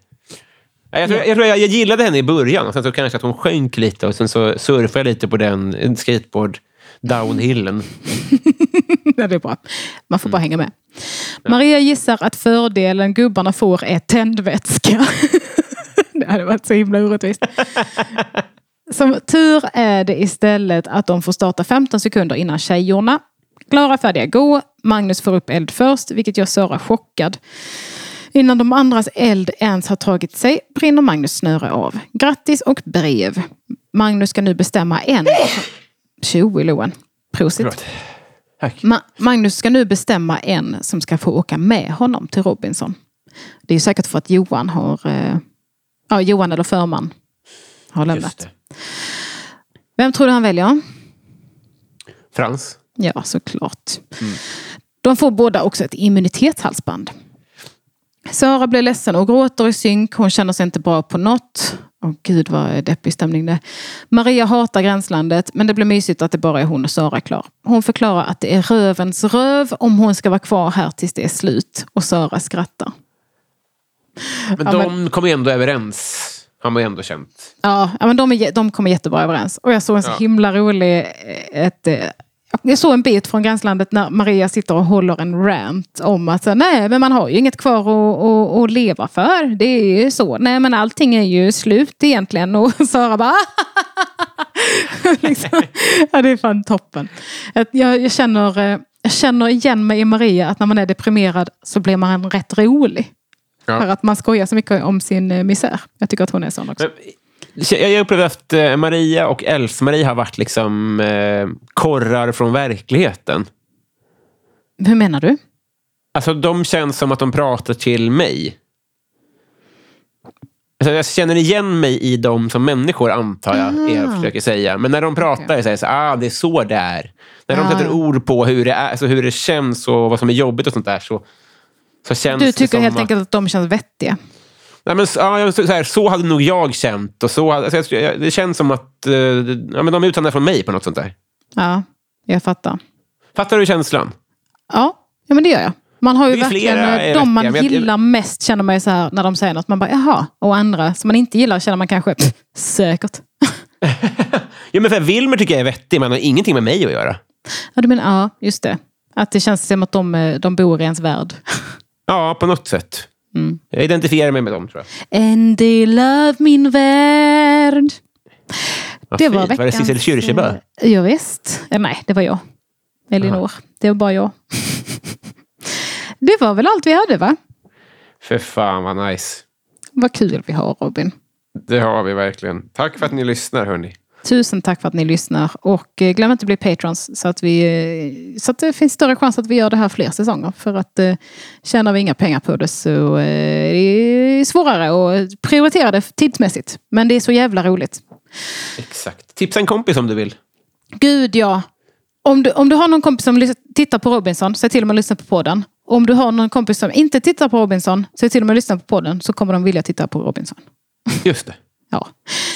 Speaker 1: Nej, Jag, tror, jag, tror jag, jag gillade henne i början, och sen så kanske att hon sjönk lite och sen så surfade jag lite på den skateboard downhillen.
Speaker 2: Nej, det är bra. Man får bara hänga med. Maria gissar att fördelen gubbarna får är tändvätska. det hade varit så himla orättvist. Som tur är det istället att de får starta 15 sekunder innan tjejorna. Klara, färdiga, gå. Magnus får upp eld först, vilket gör Sara chockad. Innan de andras eld ens har tagit sig brinner Magnus snöre av. Grattis och brev. Magnus ska nu bestämma en... Tjo i loen. Prosit.
Speaker 1: Förlåt. Tack.
Speaker 2: Ma Magnus ska nu bestämma en som ska få åka med honom till Robinson. Det är säkert för att Johan har... Eh, ja, Johan eller förman har
Speaker 1: Just
Speaker 2: lämnat.
Speaker 1: det.
Speaker 2: Vem tror du han väljer?
Speaker 1: Frans.
Speaker 2: Ja, såklart. De får båda också ett immunitetshalsband. Sara blir ledsen och gråter i synk. Hon känner sig inte bra på något. Åh gud vad deppig stämning det är. Maria hatar gränslandet men det blir mysigt att det bara är hon och Sara klar. Hon förklarar att det är rövens röv om hon ska vara kvar här tills det är slut. Och Sara skrattar.
Speaker 1: Men
Speaker 2: Ja,
Speaker 1: de kom ju ändå överens. Han var ju ändå känt.
Speaker 2: Ja, ja, men de, är, jä- de kommer jättebra överens. Och jag såg en så
Speaker 1: Ja.
Speaker 2: himla rolig... eh, Ett, eh, jag såg en bit från Gränslandet när Maria sitter och håller en rant om att så här, nej, men man har ju inget kvar att, att, att leva för. Det är ju så. Nej, men allting är ju slut egentligen. Och Sara bara... liksom. ja, det är fan toppen. Att Jag, jag, känner, eh, jag känner igen mig i Maria att när man är deprimerad så blir man rätt rolig.
Speaker 1: Ja.
Speaker 2: För att man skojar så mycket om sin eh, misär. Jag tycker att hon är sån också.
Speaker 1: Men, jag upplevde att eh, Maria och Else-Marie har varit liksom eh, korrar från verkligheten.
Speaker 2: Hur menar du?
Speaker 1: Alltså de känns som att de pratar till mig. Alltså, jag känner igen mig i dem som människor, antar jag, är jag försöker säga. Men när de pratar så säger jag så ah, det är så det är. När de
Speaker 2: Ah.
Speaker 1: sätter ord på hur det, är, alltså, hur det känns och vad som är jobbigt och sånt där så, så känns
Speaker 2: Du
Speaker 1: det
Speaker 2: tycker
Speaker 1: som
Speaker 2: helt
Speaker 1: att,
Speaker 2: enkelt att de känns vettiga.
Speaker 1: Nej, men, så- ja, jag- så, så, här, så hade nog jag känt. Och så, hade- alltså, jag, jag- det känns som att eh, ja, men de är uttagna från mig på något sånt där.
Speaker 2: Ja, jag fattar.
Speaker 1: Fattar du känslan?
Speaker 2: Ja, ja men det gör jag. Man har ju
Speaker 1: Det är
Speaker 2: verkligen,
Speaker 1: flera,
Speaker 2: eh,
Speaker 1: eh,
Speaker 2: de man
Speaker 1: vettiga, men jag-
Speaker 2: gillar mest känner man ju så här när de säger något. Man bara jaha. Och andra som man inte gillar känner man kanske "Pff, säkert.
Speaker 1: Ja, men för Wilmer tycker jag är vettig, men har ingenting med mig att göra.
Speaker 2: Ja, du menar, ja, just det. Att det känns som att de, eh, de bor i ens värld.
Speaker 1: Ja, på något sätt.
Speaker 2: Mm.
Speaker 1: Jag identifierar mig med dem, tror jag.
Speaker 2: En del av min värld.
Speaker 1: Vad
Speaker 2: Det var
Speaker 1: fint. Var det Sissel
Speaker 2: veckans,
Speaker 1: Kyrkjebø?
Speaker 2: eh, Ja, visst. Eh, Nej, det var jag. Elinor. Det var bara jag. det var väl allt vi hade va?
Speaker 1: För fan vad nice.
Speaker 2: Vad kul vi har Robin.
Speaker 1: Det har vi verkligen. Tack för att ni lyssnar, hörni.
Speaker 2: Tusen tack för att ni lyssnar. Och eh, glöm inte att bli patrons så att, vi, eh, så att det finns större chans att vi gör det här fler säsonger. För att eh, tjänar vi inga pengar på det så eh, det är svårare att prioritera det tidsmässigt. Men det är så jävla roligt.
Speaker 1: Exakt. Tipsa en kompis om du vill.
Speaker 2: Gud ja. Om du, om du har någon kompis som lys- tittar på Robinson, säg till dem att lyssna på podden. Om du har någon kompis som inte tittar på Robinson, säg till dem att lyssna på podden så kommer de vilja titta på Robinson.
Speaker 1: Just det.
Speaker 2: Ja.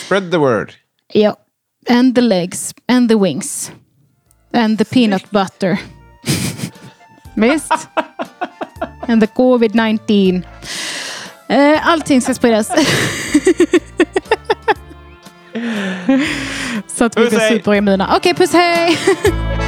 Speaker 1: Spread the word.
Speaker 2: ja. And the legs, and the wings. And the peanut butter. Visst? And the covid-19. Eh, Allting ska spridas. så att vi
Speaker 1: Puss,
Speaker 2: blir
Speaker 1: hej.
Speaker 2: superimmuna. Okej, puss hej!